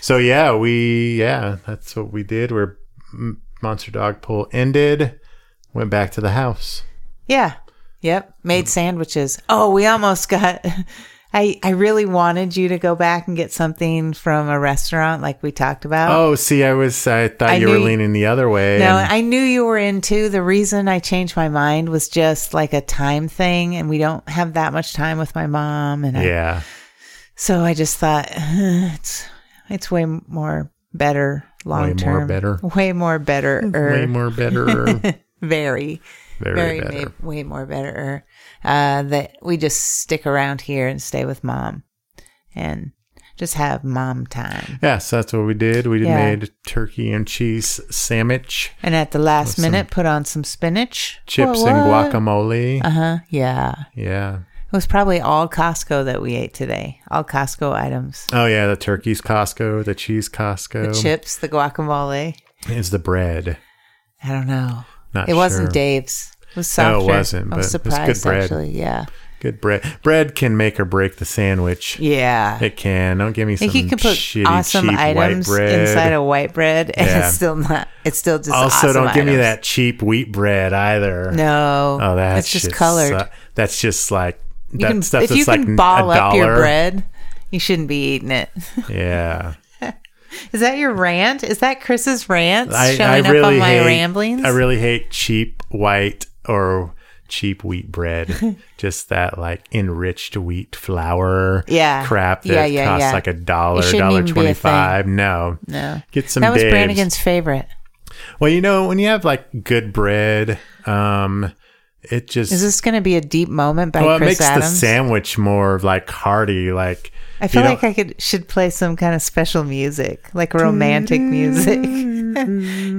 Speaker 1: So yeah, we yeah, that's what we did. We're M- Monster Dog Pool ended. Went back to the house.
Speaker 2: Yeah. Yep. Made sandwiches. Oh, we almost got. *laughs* I, I really wanted you to go back and get something from a restaurant like we talked about.
Speaker 1: Oh, see, I was I thought
Speaker 2: I
Speaker 1: you
Speaker 2: knew
Speaker 1: were
Speaker 2: you-
Speaker 1: leaning the other way.
Speaker 2: No,
Speaker 1: and-
Speaker 2: I knew you were into. The reason I changed my mind was just like a time thing, and we don't have that much time with my mom. And I-
Speaker 1: yeah.
Speaker 2: so I just thought *sighs* it's it's way more better long
Speaker 1: more
Speaker 2: term,
Speaker 1: better.
Speaker 2: way more better,
Speaker 1: *laughs*
Speaker 2: er,
Speaker 1: Way more better. Very,
Speaker 2: very, very,
Speaker 1: better.
Speaker 2: ma- way more better. Uh, that we just stick around here and stay with mom, and just have mom time.
Speaker 1: Yeah, so that's what we did. We
Speaker 2: Yeah.
Speaker 1: made a turkey and cheese sandwich,
Speaker 2: And at the last minute, put on some spinach,
Speaker 1: chips
Speaker 2: What, what?
Speaker 1: and guacamole.
Speaker 2: Uh huh. Yeah.
Speaker 1: yeah.
Speaker 2: It was probably all Costco that we ate today. All Costco items.
Speaker 1: Oh yeah, the turkey's Costco, the cheese Costco,
Speaker 2: The chips, the guacamole.
Speaker 1: is the bread.
Speaker 2: I don't know.
Speaker 1: Not
Speaker 2: it wasn't
Speaker 1: sure.
Speaker 2: Dave's. It was
Speaker 1: No, it
Speaker 2: softer.
Speaker 1: wasn't,
Speaker 2: I was
Speaker 1: but it was good
Speaker 2: surprised
Speaker 1: bread.
Speaker 2: actually. Yeah.
Speaker 1: Good bread. Bread can make or break the sandwich.
Speaker 2: Yeah.
Speaker 1: It can. Don't give me some
Speaker 2: like you can put
Speaker 1: shitty,
Speaker 2: awesome
Speaker 1: cheap
Speaker 2: items
Speaker 1: white bread.
Speaker 2: inside of white bread and
Speaker 1: Yeah.
Speaker 2: it's still not it's still just
Speaker 1: also,
Speaker 2: awesome
Speaker 1: don't give me
Speaker 2: items.
Speaker 1: that cheap wheat bread either.
Speaker 2: No.
Speaker 1: Oh, that's
Speaker 2: it's just colored.
Speaker 1: that's just like
Speaker 2: You
Speaker 1: that
Speaker 2: can,
Speaker 1: stuff
Speaker 2: if
Speaker 1: that's
Speaker 2: you
Speaker 1: like
Speaker 2: can
Speaker 1: n-
Speaker 2: ball
Speaker 1: a
Speaker 2: up
Speaker 1: dollar.
Speaker 2: your bread, you shouldn't be eating it. *laughs*
Speaker 1: Yeah.
Speaker 2: Is that your rant? Is that Chris's rant
Speaker 1: I,
Speaker 2: showing
Speaker 1: I really
Speaker 2: up on my
Speaker 1: hate,
Speaker 2: ramblings?
Speaker 1: I really hate cheap white or cheap wheat
Speaker 2: *laughs*
Speaker 1: bread. Just that like enriched wheat flour
Speaker 2: Yeah.
Speaker 1: crap that
Speaker 2: Yeah, yeah,
Speaker 1: costs
Speaker 2: yeah.
Speaker 1: like a dollar,
Speaker 2: It shouldn't
Speaker 1: dollar
Speaker 2: even be a
Speaker 1: twenty five. No.
Speaker 2: no.
Speaker 1: Get some
Speaker 2: That was
Speaker 1: Dave's.
Speaker 2: Brannigan's favorite.
Speaker 1: Well, you know, when you have like good bread, um it just
Speaker 2: Is this going to be a deep moment by
Speaker 1: well, it
Speaker 2: Chris
Speaker 1: makes
Speaker 2: Adams?
Speaker 1: the sandwich more like hearty, like
Speaker 2: I feel
Speaker 1: you
Speaker 2: like
Speaker 1: don't-
Speaker 2: I could should play some kind of special music, like romantic music. *laughs* it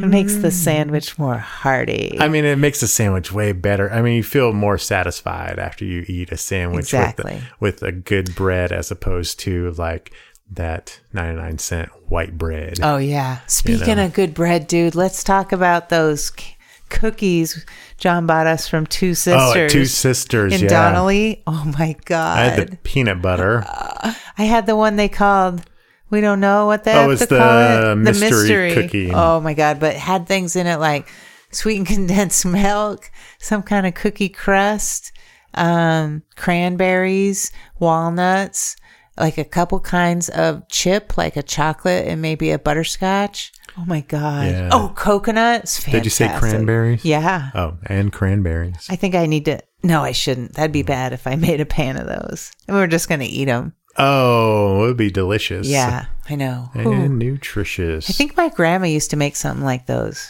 Speaker 2: makes the sandwich more hearty.
Speaker 1: I mean, it makes a sandwich way better. I mean, you feel more satisfied after you eat a sandwich
Speaker 2: Exactly.
Speaker 1: with, with a good bread as opposed to like that 99 cent white bread.
Speaker 2: oh yeah. Speaking of good bread, dude, let's talk about those c- cookies John bought us from Two
Speaker 1: Oh,
Speaker 2: Sisters.
Speaker 1: at two sisters.
Speaker 2: in
Speaker 1: yeah.
Speaker 2: Donnelly. Oh
Speaker 1: I
Speaker 2: my
Speaker 1: had
Speaker 2: god. Uh-uh.
Speaker 1: the peanut butter.
Speaker 2: I had the one they called We don't know what they
Speaker 1: Oh,
Speaker 2: have
Speaker 1: it's
Speaker 2: to
Speaker 1: the
Speaker 2: call it.
Speaker 1: mystery cookie.
Speaker 2: Oh my god! But had things in it like sweetened *laughs* condensed milk, some kind of cookie crust, um, cranberries, walnuts, like a couple kinds of chip, like a chocolate and maybe a butterscotch. Oh my god!
Speaker 1: Yeah.
Speaker 2: Oh, coconuts. Fantastic.
Speaker 1: Did you say cranberries?
Speaker 2: Yeah.
Speaker 1: Oh, and cranberries.
Speaker 2: I think I need to. No, I shouldn't. That'd be bad if I made a pan of those. And we were just going to eat them.
Speaker 1: Oh, it would be delicious.
Speaker 2: Yeah, I know.
Speaker 1: And
Speaker 2: Ooh.
Speaker 1: nutritious.
Speaker 2: I think my grandma used to make something like those.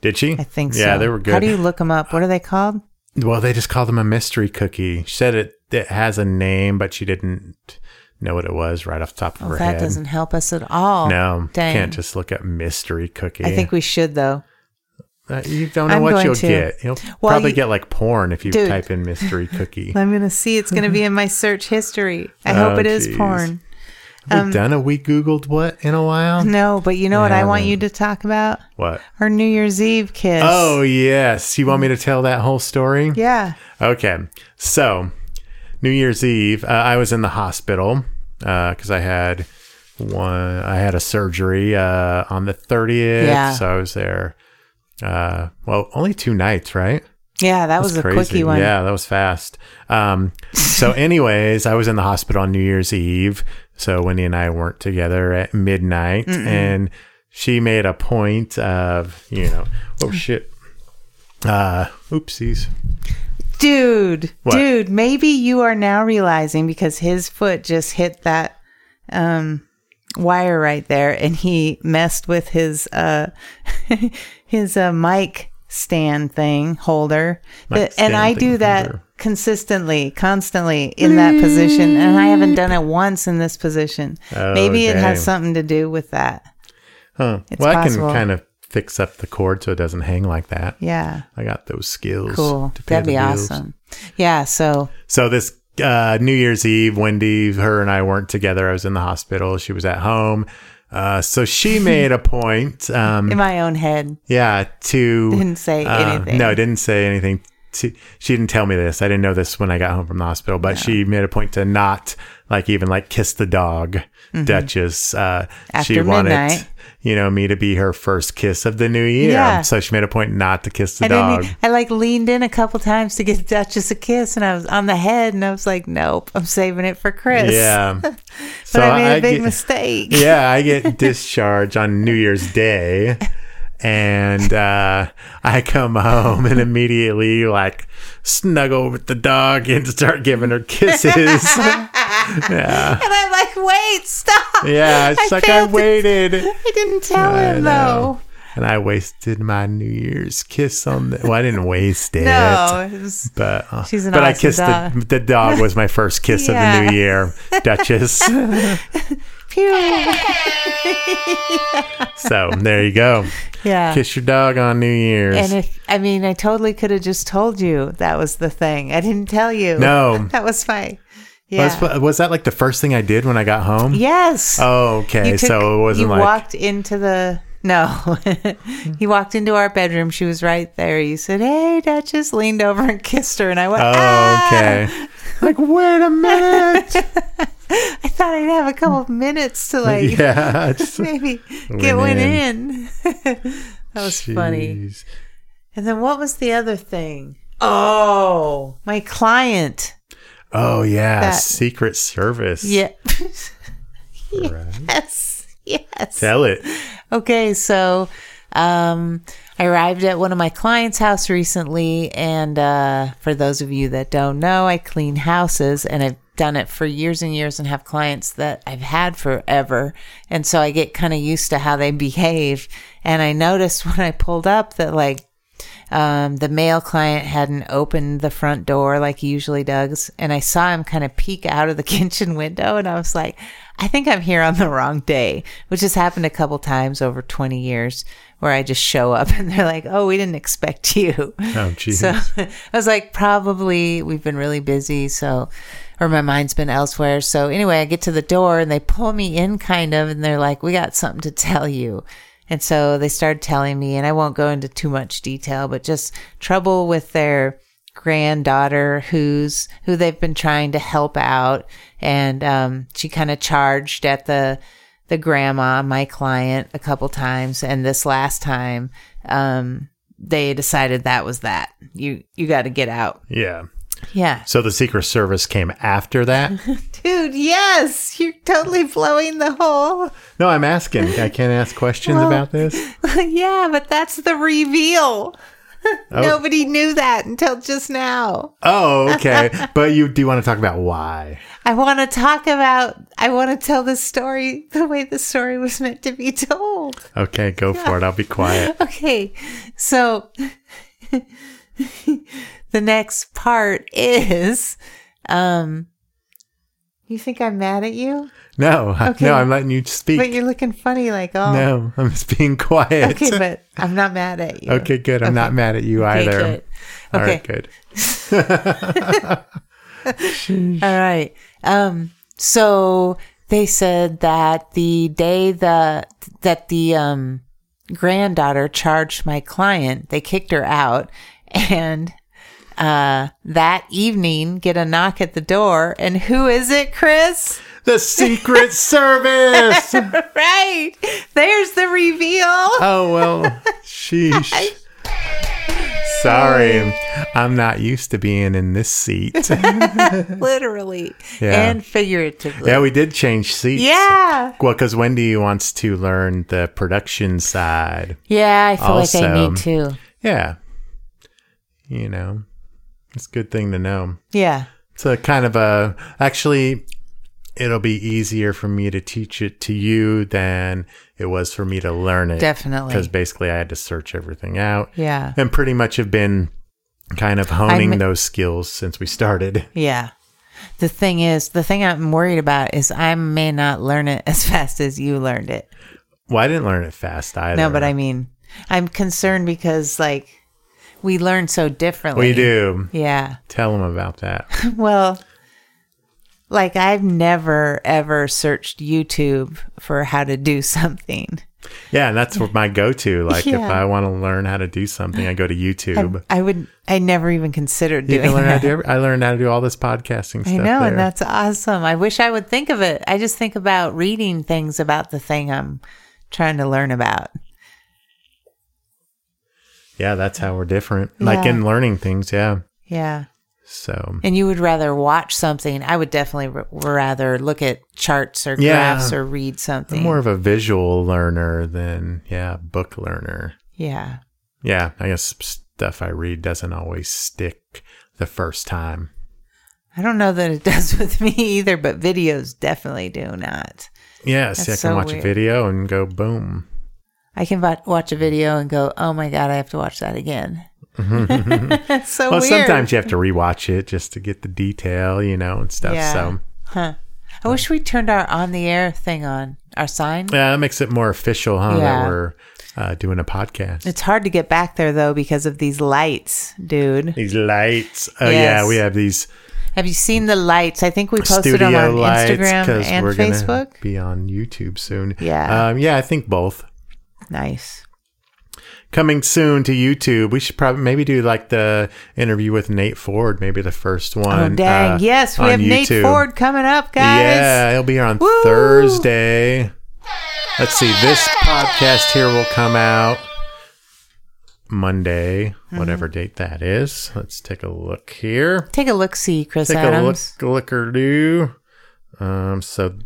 Speaker 1: Did she?
Speaker 2: I think so.
Speaker 1: Yeah, they were good.
Speaker 2: How do you look them up? What are they called?
Speaker 1: well, they just called them a mystery cookie. She said it, it has a name, but she didn't know what it was right off the top of
Speaker 2: Oh,
Speaker 1: her
Speaker 2: that
Speaker 1: head.
Speaker 2: doesn't help us at all.
Speaker 1: no,
Speaker 2: Dang.
Speaker 1: can't just look up mystery cookie.
Speaker 2: I think we should, though.
Speaker 1: Uh, you don't know
Speaker 2: I'm
Speaker 1: what
Speaker 2: going
Speaker 1: you'll
Speaker 2: to.
Speaker 1: get. You'll
Speaker 2: Well,
Speaker 1: probably
Speaker 2: you-
Speaker 1: get like porn if you
Speaker 2: Dude.
Speaker 1: type in
Speaker 2: *laughs*
Speaker 1: mystery cookie.
Speaker 2: I'm going to see. It's going to be in my search history. I hope
Speaker 1: Oh,
Speaker 2: it is
Speaker 1: geez.
Speaker 2: porn.
Speaker 1: We've done a we googled what in a while.
Speaker 2: um, No, but you know what I want
Speaker 1: Yeah.
Speaker 2: you to talk about?
Speaker 1: What?
Speaker 2: Our New Year's Eve kiss.
Speaker 1: Oh yes, you want me to tell that whole story?
Speaker 2: yeah.
Speaker 1: Okay. So, New Year's Eve, uh, I was in the hospital because I had one. I had a surgery uh, on the thirtieth,
Speaker 2: Yeah.
Speaker 1: so I was there. Uh, well, only two nights, right?
Speaker 2: Yeah, that was a quickie one.
Speaker 1: Yeah, that was fast. Um, so, anyways, I was in the hospital on New Year's Eve. So Wendy and I weren't together at midnight, and she made a point of, you know,
Speaker 2: *sighs*
Speaker 1: oh shit, uh, oopsies.
Speaker 2: Dude,
Speaker 1: What?
Speaker 2: dude, maybe you are now realizing because his foot just hit that um wire right there and he messed with his uh *laughs* his uh mic stand thing holder.
Speaker 1: Mic
Speaker 2: That-
Speaker 1: stand
Speaker 2: and I
Speaker 1: thing
Speaker 2: do that
Speaker 1: holder.
Speaker 2: consistently, constantly in that position and I haven't done it once in this position.
Speaker 1: Oh,
Speaker 2: maybe it
Speaker 1: dang.
Speaker 2: has something to do with that.
Speaker 1: Huh.
Speaker 2: It's
Speaker 1: well, I
Speaker 2: possible.
Speaker 1: can kind of fix up the cord so it doesn't hang like that.
Speaker 2: Yeah.
Speaker 1: I got those skills.
Speaker 2: Cool.
Speaker 1: to pay
Speaker 2: That'd
Speaker 1: the
Speaker 2: be
Speaker 1: bills.
Speaker 2: awesome. Yeah, so
Speaker 1: So this uh, New Year's Eve, Wendy, her and I weren't together. I was in the hospital. She was at home. Uh, so
Speaker 2: *laughs*
Speaker 1: she made a point. Um,
Speaker 2: in my own head.
Speaker 1: Yeah, to uh,
Speaker 2: Didn't say anything.
Speaker 1: No, didn't say anything. To, she didn't tell me this. I didn't know this when I got home from the hospital. But she made a point to not like even like kiss the dog, Duchess. Uh, she
Speaker 2: Mm-hmm. After
Speaker 1: wanted
Speaker 2: midnight.
Speaker 1: you know me to be her first kiss of the new year.
Speaker 2: Yeah.
Speaker 1: So she made a point not to kiss the
Speaker 2: I
Speaker 1: dog.
Speaker 2: didn't. e- I like leaned in a couple times to give Duchess a kiss, and I was on the head, and I was like, "Nope, I'm saving it for Chris."
Speaker 1: Yeah.
Speaker 2: *laughs* but I made a big
Speaker 1: get-
Speaker 2: mistake.
Speaker 1: *laughs* yeah, I get discharged on New Year's Day. And uh, I come home and immediately like snuggle with the dog and start giving her
Speaker 2: *laughs*
Speaker 1: kisses.
Speaker 2: And I'm like, "Wait, stop!"
Speaker 1: yeah, it's like I
Speaker 2: failed to-
Speaker 1: waited
Speaker 2: I didn't tell
Speaker 1: I
Speaker 2: him
Speaker 1: know.
Speaker 2: though.
Speaker 1: and I wasted my New Year's kiss on the. Well, I didn't waste it.
Speaker 2: No, it was,
Speaker 1: But, uh,
Speaker 2: She's an
Speaker 1: but I
Speaker 2: awesome
Speaker 1: kissed The,
Speaker 2: dog.
Speaker 1: the dog was my first kiss of
Speaker 2: Yeah.
Speaker 1: the new year,
Speaker 2: *laughs*
Speaker 1: Duchess. *laughs*
Speaker 2: phew.
Speaker 1: so there you go.
Speaker 2: Yeah.
Speaker 1: Kiss your dog on New Year's.
Speaker 2: And if I mean, I totally could have just told you that was the thing. I didn't tell you.
Speaker 1: No.
Speaker 2: *laughs* that was fine. Yeah.
Speaker 1: Was, was that like the first thing I did when I got home?
Speaker 2: yes.
Speaker 1: Oh, okay.
Speaker 2: You took-
Speaker 1: so it wasn't
Speaker 2: you
Speaker 1: like
Speaker 2: walked into the no. *laughs* you walked into our bedroom. She was right there. You said, "Hey, Duchess," leaned over and kissed her, and I went,
Speaker 1: Oh,
Speaker 2: "Ah!"
Speaker 1: okay. like wait a minute.
Speaker 2: I thought I'd have a couple of minutes
Speaker 1: *laughs*
Speaker 2: to *laughs* like *laughs*
Speaker 1: yeah. It's, *laughs*
Speaker 2: maybe get one
Speaker 1: Went
Speaker 2: in." *laughs* that was funny.
Speaker 1: Jeez.
Speaker 2: And then what was the other thing? Oh, my client.
Speaker 1: Oh yeah,
Speaker 2: That-
Speaker 1: Secret Service.
Speaker 2: *laughs* Yeah.
Speaker 1: Right.
Speaker 2: yes. Yes.
Speaker 1: Tell it.
Speaker 2: Okay, so um, I arrived at one of my clients' house recently, and uh, for those of you that don't know, I clean houses, and I've done it for years and years, and have clients that I've had forever, and so I get kind of used to how they *laughs* behave. And I noticed when I pulled up that like um, the male client hadn't opened the *laughs* front door like he usually does. And I saw him kind of peek out of the kitchen window. And I was like, I think I'm here on the wrong day, which has happened a couple times over 20 years where I just show up *laughs* and they're like, oh, we didn't expect you.
Speaker 1: Oh, geez.
Speaker 2: So *laughs* I was like, probably we've been really busy. So, or my mind's been elsewhere. So anyway, I get to the door and they pull me in kind of, and they're like, we got something to tell you. And so they started telling me, and I won't go into too much detail, but just trouble with their granddaughter who's who they've been trying to help out and um, she kind of charged at the the grandma my client a couple times and this last time um, they decided that was that you you got to get out
Speaker 1: Yeah.
Speaker 2: yeah
Speaker 1: So the Secret Service came after
Speaker 2: *laughs*
Speaker 1: that.
Speaker 2: dude yes you're totally blowing the whole *laughs*
Speaker 1: no, I'm asking. I can't ask questions about this.
Speaker 2: yeah but that's the reveal
Speaker 1: Oh.
Speaker 2: nobody knew that until just now
Speaker 1: Oh,
Speaker 2: *laughs*
Speaker 1: okay. but you do want to talk about why?
Speaker 2: I want to talk about, I want to tell the story the way the story was meant to be told.
Speaker 1: Okay, go for it. I'll be quiet.
Speaker 2: Okay. So *laughs* the next part is, um, you think I'm mad at you? *laughs*
Speaker 1: No,
Speaker 2: Okay.
Speaker 1: no, I'm letting you speak.
Speaker 2: But you're looking funny like, oh,
Speaker 1: no, I'm just being quiet.
Speaker 2: *laughs* okay, but I'm not mad at you.
Speaker 1: Okay, good. I'm not mad at you
Speaker 2: Okay,
Speaker 1: either.
Speaker 2: good.
Speaker 1: All
Speaker 2: Okay.
Speaker 1: right, good.
Speaker 2: All right. Um, so they said that the day the that the um, granddaughter charged my client, they kicked her out, and uh, that evening get a knock at the door, and who is it, Chris? *laughs*
Speaker 1: The Secret Service.
Speaker 2: Right. There's the reveal.
Speaker 1: Oh well,
Speaker 2: *laughs*
Speaker 1: sheesh. Sorry, I'm not used to being in this
Speaker 2: *laughs*
Speaker 1: seat.
Speaker 2: Literally
Speaker 1: Yeah.
Speaker 2: and figuratively.
Speaker 1: yeah, we did change seats.
Speaker 2: Yeah.
Speaker 1: Well, because Wendy wants to learn the production side.
Speaker 2: Yeah, I feel like I
Speaker 1: Also-
Speaker 2: need to.
Speaker 1: Yeah. You know, it's a good thing to know.
Speaker 2: Yeah.
Speaker 1: It's a kind of a, actually, it'll be easier for me to teach it to you than it was for me to learn it.
Speaker 2: Definitely.
Speaker 1: Because basically I had to search everything out
Speaker 2: Yeah.
Speaker 1: and pretty much have been kind of honing
Speaker 2: I'm-
Speaker 1: those skills since we started. *laughs*
Speaker 2: Yeah. The thing is, the thing I'm worried about is I may not learn it as *laughs* fast as you learned it.
Speaker 1: Well, I didn't learn it fast either.
Speaker 2: No, but I mean, I'm concerned because like we learn so differently.
Speaker 1: We do.
Speaker 2: Yeah. *laughs*
Speaker 1: Tell them about that.
Speaker 2: Well, like I've never ever searched YouTube for how to do something.
Speaker 1: Yeah, and that's my go-to. Like,
Speaker 2: Yeah.
Speaker 1: if I want to learn how to do something, I go to YouTube.
Speaker 2: I, I would. I never even considered
Speaker 1: You
Speaker 2: doing
Speaker 1: can learn how to
Speaker 2: that.
Speaker 1: do. every- I learned how to do all this podcasting stuff.
Speaker 2: I know,
Speaker 1: there.
Speaker 2: and that's awesome. I wish I would think of it. I just think about reading things about the thing I'm trying to learn about.
Speaker 1: yeah, that's how we're different. Like
Speaker 2: Yeah.
Speaker 1: in learning things, yeah.
Speaker 2: Yeah.
Speaker 1: So
Speaker 2: And you would rather watch something. I would definitely r- rather look at charts or
Speaker 1: Yeah.
Speaker 2: graphs or read something.
Speaker 1: I'm more of a visual learner than yeah, book learner.
Speaker 2: yeah.
Speaker 1: Yeah, I guess stuff I read doesn't always stick the first time.
Speaker 2: I don't know that it *laughs* does with me either, but videos definitely do not.
Speaker 1: Yes,
Speaker 2: That's
Speaker 1: I can
Speaker 2: so
Speaker 1: watch
Speaker 2: weird.
Speaker 1: a video and go boom.
Speaker 2: I can va- watch a video and go, "Oh my god, I have to watch that again." *laughs* It's
Speaker 1: Mm-hmm.
Speaker 2: so
Speaker 1: well,
Speaker 2: weird.
Speaker 1: sometimes you have to rewatch it just to get the detail, you know, and stuff.
Speaker 2: Yeah.
Speaker 1: So
Speaker 2: huh? I wish we turned our on the air thing on our sign.
Speaker 1: yeah, that makes it more official, huh?
Speaker 2: Yeah.
Speaker 1: That we're uh, doing a podcast.
Speaker 2: It's hard to get back there though because of these lights, dude.
Speaker 1: These lights. Oh
Speaker 2: Yes.
Speaker 1: yeah, we have these
Speaker 2: Have you seen the lights? I think we posted
Speaker 1: studio
Speaker 2: them on
Speaker 1: lights
Speaker 2: Instagram and
Speaker 1: we're
Speaker 2: Facebook.
Speaker 1: gonna be on YouTube soon.
Speaker 2: Yeah.
Speaker 1: um, yeah, I think both
Speaker 2: Nice.
Speaker 1: coming soon to YouTube. We should probably maybe do like the interview with Nate Ford, maybe the first one.
Speaker 2: oh dang!
Speaker 1: uh,
Speaker 2: yes, we
Speaker 1: on
Speaker 2: have Nate
Speaker 1: YouTube.
Speaker 2: Ford coming up, guys.
Speaker 1: Yeah, he'll be here on
Speaker 2: Woo!
Speaker 1: Thursday. Let's see, this podcast here will come out Monday,
Speaker 2: Mm-hmm.
Speaker 1: whatever date that is. Let's take a look here.
Speaker 2: Take a look, see Chris
Speaker 1: Take
Speaker 2: Adams.
Speaker 1: a look, looker do. Um, so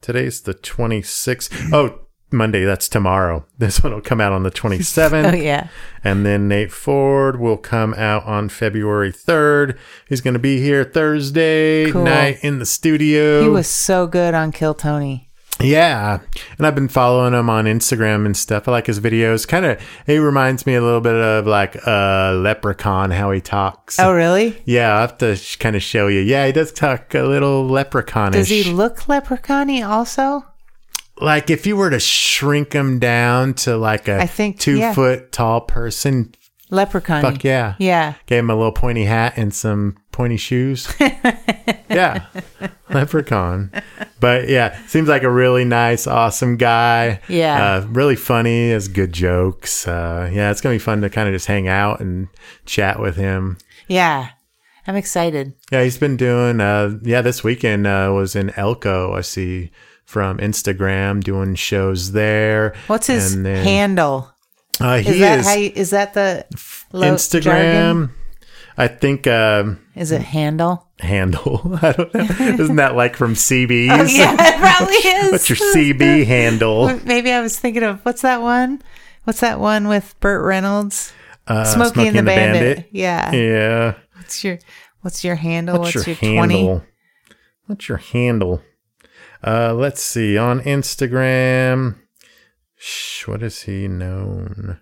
Speaker 1: today's the 26th. Oh, Monday, that's tomorrow. This one will come out on the 27th.
Speaker 2: *laughs* Oh yeah,
Speaker 1: And then Nate Ford will come out on February 3rd. He's going to be here Thursday
Speaker 2: Cool.
Speaker 1: night in the studio.
Speaker 2: he was so good on Kill Tony.
Speaker 1: Yeah. And I've been following him on Instagram and stuff. I like his videos. Kind of, he reminds me a little bit of like uh, Leprechaun, how he talks.
Speaker 2: Oh, really?
Speaker 1: Yeah, I'll have to sh- kind of show you. Yeah, he does talk a little leprechaunish.
Speaker 2: Does he look leprechauny also?
Speaker 1: like if you were to shrink him down to like a
Speaker 2: I think-
Speaker 1: two
Speaker 2: yeah.
Speaker 1: foot tall person,
Speaker 2: Leprechauny.
Speaker 1: Fuck yeah.
Speaker 2: Yeah.
Speaker 1: gave him a little pointy hat and some pointy
Speaker 2: *laughs*
Speaker 1: shoes. yeah, leprechaun. But yeah, seems like a really nice, awesome guy.
Speaker 2: Yeah.
Speaker 1: uh, really funny. Has good jokes. Uh, yeah, it's gonna be fun to kind of just hang out and chat with him.
Speaker 2: Yeah. I'm excited.
Speaker 1: Yeah, he's been doing. Uh, yeah, this weekend uh, was in Elko. I see from Instagram doing shows there.
Speaker 2: What's his
Speaker 1: And then-
Speaker 2: handle?
Speaker 1: Uh, he
Speaker 2: Is that
Speaker 1: is
Speaker 2: how you, is that the lo-
Speaker 1: Instagram.
Speaker 2: jargon?
Speaker 1: I think um,
Speaker 2: Is
Speaker 1: *laughs*
Speaker 2: it handle?
Speaker 1: handle. I don't know. Isn't that like
Speaker 2: *laughs*
Speaker 1: from CBs?
Speaker 2: Oh, Yeah, it probably
Speaker 1: *laughs*
Speaker 2: is.
Speaker 1: What's
Speaker 2: *laughs*
Speaker 1: your CB handle?
Speaker 2: Maybe I was thinking of what's that one? What's that one with Burt Reynolds?
Speaker 1: Uh,
Speaker 2: Smokey, and the, Bandit. Yeah.
Speaker 1: Yeah.
Speaker 2: What's your What's your handle?
Speaker 1: What's, your, handle? What's your handle? Uh, let's see. On Instagram, shh, what is he known?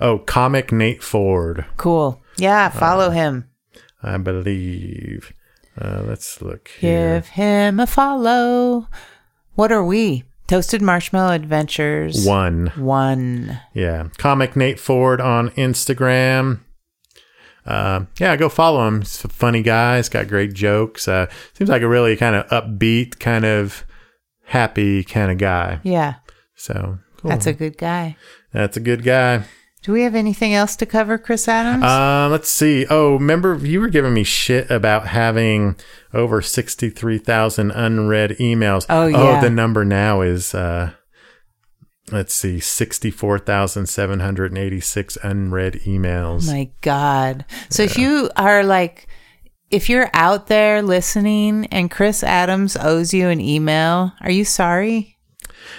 Speaker 1: Oh, comic Nate Ford,
Speaker 2: Cool.
Speaker 1: Uh,
Speaker 2: Yeah. Follow him.
Speaker 1: I believe. Uh, let's look here.
Speaker 2: Give him a follow. What are we? Toasted Marshmallow Adventures.
Speaker 1: One.
Speaker 2: One.
Speaker 1: Yeah. Comic Nate Ford on Instagram. Uh, yeah, go follow him. He's a funny guy. He's got great jokes. Uh, seems like a really kind of upbeat, kind of happy kind of guy.
Speaker 2: Yeah.
Speaker 1: So cool.
Speaker 2: That's a good guy.
Speaker 1: That's a good guy.
Speaker 2: Do we have anything else to cover, Chris Adams?
Speaker 1: Um, let's see. Oh, remember you were giving me shit about having over sixty three thousand unread emails.
Speaker 2: Oh, yeah.
Speaker 1: Oh, the number now is uh, let's see, sixty four thousand seven hundred eighty six unread emails.
Speaker 2: Oh My God. So if you are like, if you're out there listening and Chris Adams owes you an email, are you sorry?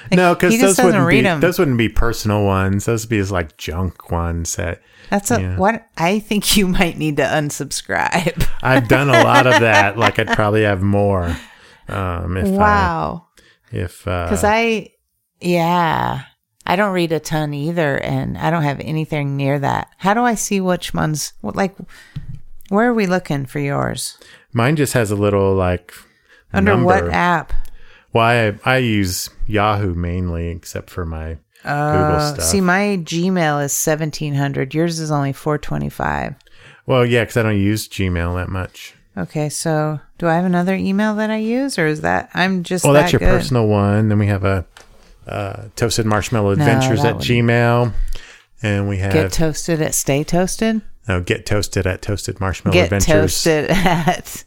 Speaker 2: Like,
Speaker 1: no, because
Speaker 2: he
Speaker 1: those
Speaker 2: just doesn't
Speaker 1: wouldn't
Speaker 2: read
Speaker 1: be
Speaker 2: 'em.
Speaker 1: those wouldn't be personal ones. Those would be his like junk ones that
Speaker 2: That's a,
Speaker 1: yeah.
Speaker 2: what I think you might need to unsubscribe.
Speaker 1: I've done a lot of
Speaker 2: *laughs*
Speaker 1: that. Like I'd probably have more. Um, if
Speaker 2: wow.
Speaker 1: I, if uh,
Speaker 2: Because I, yeah, I don't read a ton either, and I don't have anything near that. How do I see which ones? what- Like, where are we looking for yours?
Speaker 1: mine just has a little like
Speaker 2: Under what
Speaker 1: number.
Speaker 2: app?
Speaker 1: Why I, I use Yahoo mainly, except for my Google stuff.
Speaker 2: Uh, Oh, See, my Gmail is seventeen hundred. Yours is only four twenty five.
Speaker 1: well, yeah, because I don't use Gmail that much.
Speaker 2: Okay, so do I have another email that I use, or is that I'm just?
Speaker 1: well,
Speaker 2: that
Speaker 1: that's your
Speaker 2: good?
Speaker 1: personal one. Then we have a uh, Toasted Marshmallow
Speaker 2: No,
Speaker 1: Adventures
Speaker 2: that
Speaker 1: at
Speaker 2: wouldn't-
Speaker 1: Gmail, and we have
Speaker 2: Get toasted at Stay Toasted.
Speaker 1: no, get toasted at Toasted Marshmallow
Speaker 2: Get
Speaker 1: Adventures.
Speaker 2: toasted *laughs* at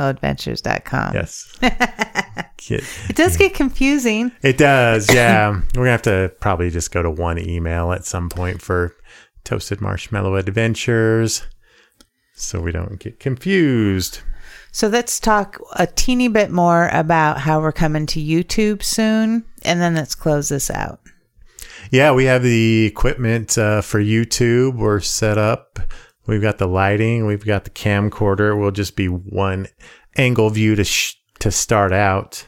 Speaker 2: toastedmarshmallowadventures.com. *laughs*
Speaker 1: Yes. Get-
Speaker 2: It does get confusing.
Speaker 1: It does, yeah. We're gonna have to probably just go to one email at some point for Toasted Marshmallow Adventures, so we don't get confused.
Speaker 2: So let's talk a teeny bit more about how we're coming to YouTube soon, and then let's close this out.
Speaker 1: Yeah, we have the equipment uh, for YouTube. We're set up. We've got the lighting. We've got the camcorder. We'll just be one angle view to sh- to start out.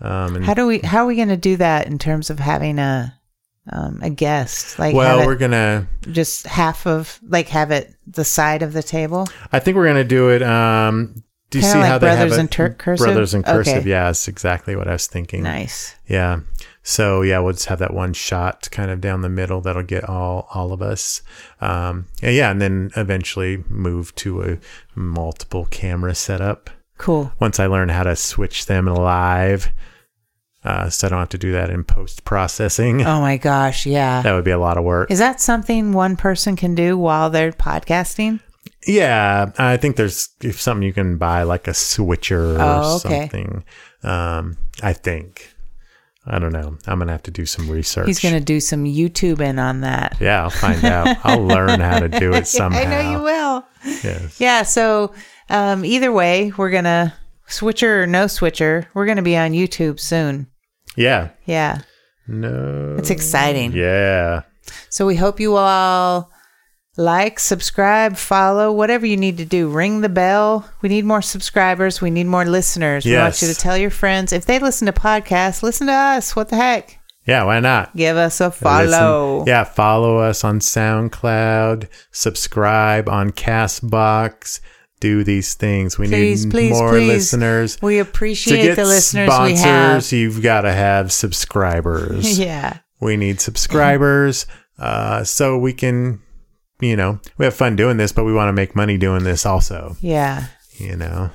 Speaker 1: Um, and
Speaker 2: How do we? How are we going to do that in terms of having a um, a guest? Like, have
Speaker 1: well,
Speaker 2: it-
Speaker 1: we're gonna.
Speaker 2: just half of like have it the side of the table.
Speaker 1: I think we're gonna do it. Um, do you
Speaker 2: Kinda
Speaker 1: see
Speaker 2: like
Speaker 1: how they
Speaker 2: Brothers
Speaker 1: have it?
Speaker 2: and Tur- Cursive?
Speaker 1: Brothers and
Speaker 2: Okay.
Speaker 1: cursive? Yeah, that's exactly what I was thinking.
Speaker 2: Nice.
Speaker 1: Yeah. So yeah, we'll just have that one shot kind of down the middle that'll get all all of us. Um, and yeah, and then eventually move to a multiple camera setup
Speaker 2: Cool.
Speaker 1: once I learn how to switch them live, uh, so I don't have to do that in post processing.
Speaker 2: Oh my gosh, yeah.
Speaker 1: That would be a lot of work.
Speaker 2: Is that something one person can do while they're podcasting?
Speaker 1: Yeah, I think there's if something you can buy like a switcher or
Speaker 2: Oh, okay.
Speaker 1: something. Um, I think. I don't know. I'm gonna have to do some research.
Speaker 2: He's going to do some YouTubing on that.
Speaker 1: Yeah, I'll find out. I'll learn how to do it somehow.
Speaker 2: *laughs* I know you will.
Speaker 1: Yes.
Speaker 2: Yeah, so um, either way, we're going to switcher or no switcher, we're going to be on YouTube soon.
Speaker 1: Yeah.
Speaker 2: Yeah.
Speaker 1: No.
Speaker 2: It's exciting.
Speaker 1: Yeah.
Speaker 2: So we hope you all Like, subscribe, follow, whatever you need to do. Ring the bell. We need more subscribers. We need more listeners. We want
Speaker 1: Yes.
Speaker 2: you to tell your friends. If they listen to podcasts, listen to us. What the heck?
Speaker 1: Yeah, why not?
Speaker 2: Give us a
Speaker 1: Listen-
Speaker 2: follow.
Speaker 1: yeah, follow us on SoundCloud, subscribe on Castbox, do these things. We
Speaker 2: Please,
Speaker 1: need
Speaker 2: please,
Speaker 1: more
Speaker 2: please.
Speaker 1: listeners.
Speaker 2: We
Speaker 1: to
Speaker 2: appreciate
Speaker 1: get
Speaker 2: the listeners we
Speaker 1: sponsors,
Speaker 2: have.
Speaker 1: you've got to have subscribers.
Speaker 2: *laughs* Yeah.
Speaker 1: We need subscribers uh, so we can, you know, we have fun doing this, but we want to make money doing this also,
Speaker 2: Yeah.
Speaker 1: you know.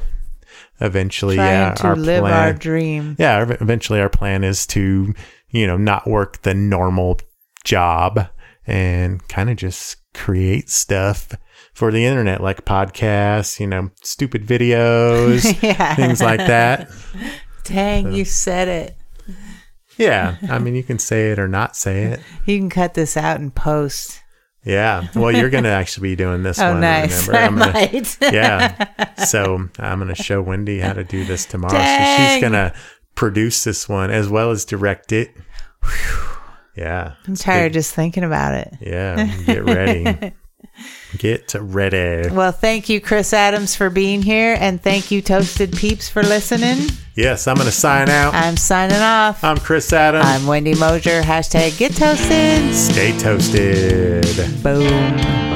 Speaker 1: Eventually,
Speaker 2: Trying
Speaker 1: yeah,
Speaker 2: to live our dream.
Speaker 1: yeah, ev- eventually our plan is to, you know, not work the normal job and kind of just create stuff for the internet, like podcasts, you know, stupid videos,
Speaker 2: *laughs* Yeah.
Speaker 1: things like that.
Speaker 2: Dang, you said it.
Speaker 1: Yeah. I mean, you can say it or not say it.
Speaker 2: You can cut this out and post.
Speaker 1: Yeah. Well, you're going to actually be doing this
Speaker 2: *laughs* Oh,
Speaker 1: one.
Speaker 2: nice.
Speaker 1: Remember?
Speaker 2: *laughs* I
Speaker 1: I'm gonna-
Speaker 2: might.
Speaker 1: yeah. So I'm going to show Wendy how to do this tomorrow. So
Speaker 2: Dang.
Speaker 1: she's going to produce this one as well as direct it. Yeah.
Speaker 2: I'm tired just thinking about it.
Speaker 1: Yeah, get
Speaker 2: *laughs*
Speaker 1: ready. get ready.
Speaker 2: Well, thank you, Chris Adams, for being here. And thank you, Toasted Peeps, for listening.
Speaker 1: Yes, I'm going to sign
Speaker 2: *laughs*
Speaker 1: out.
Speaker 2: I'm signing off.
Speaker 1: I'm Chris Adams.
Speaker 2: I'm Wendy Mosier. Hashtag get toasted.
Speaker 1: Stay toasted.
Speaker 2: Boom.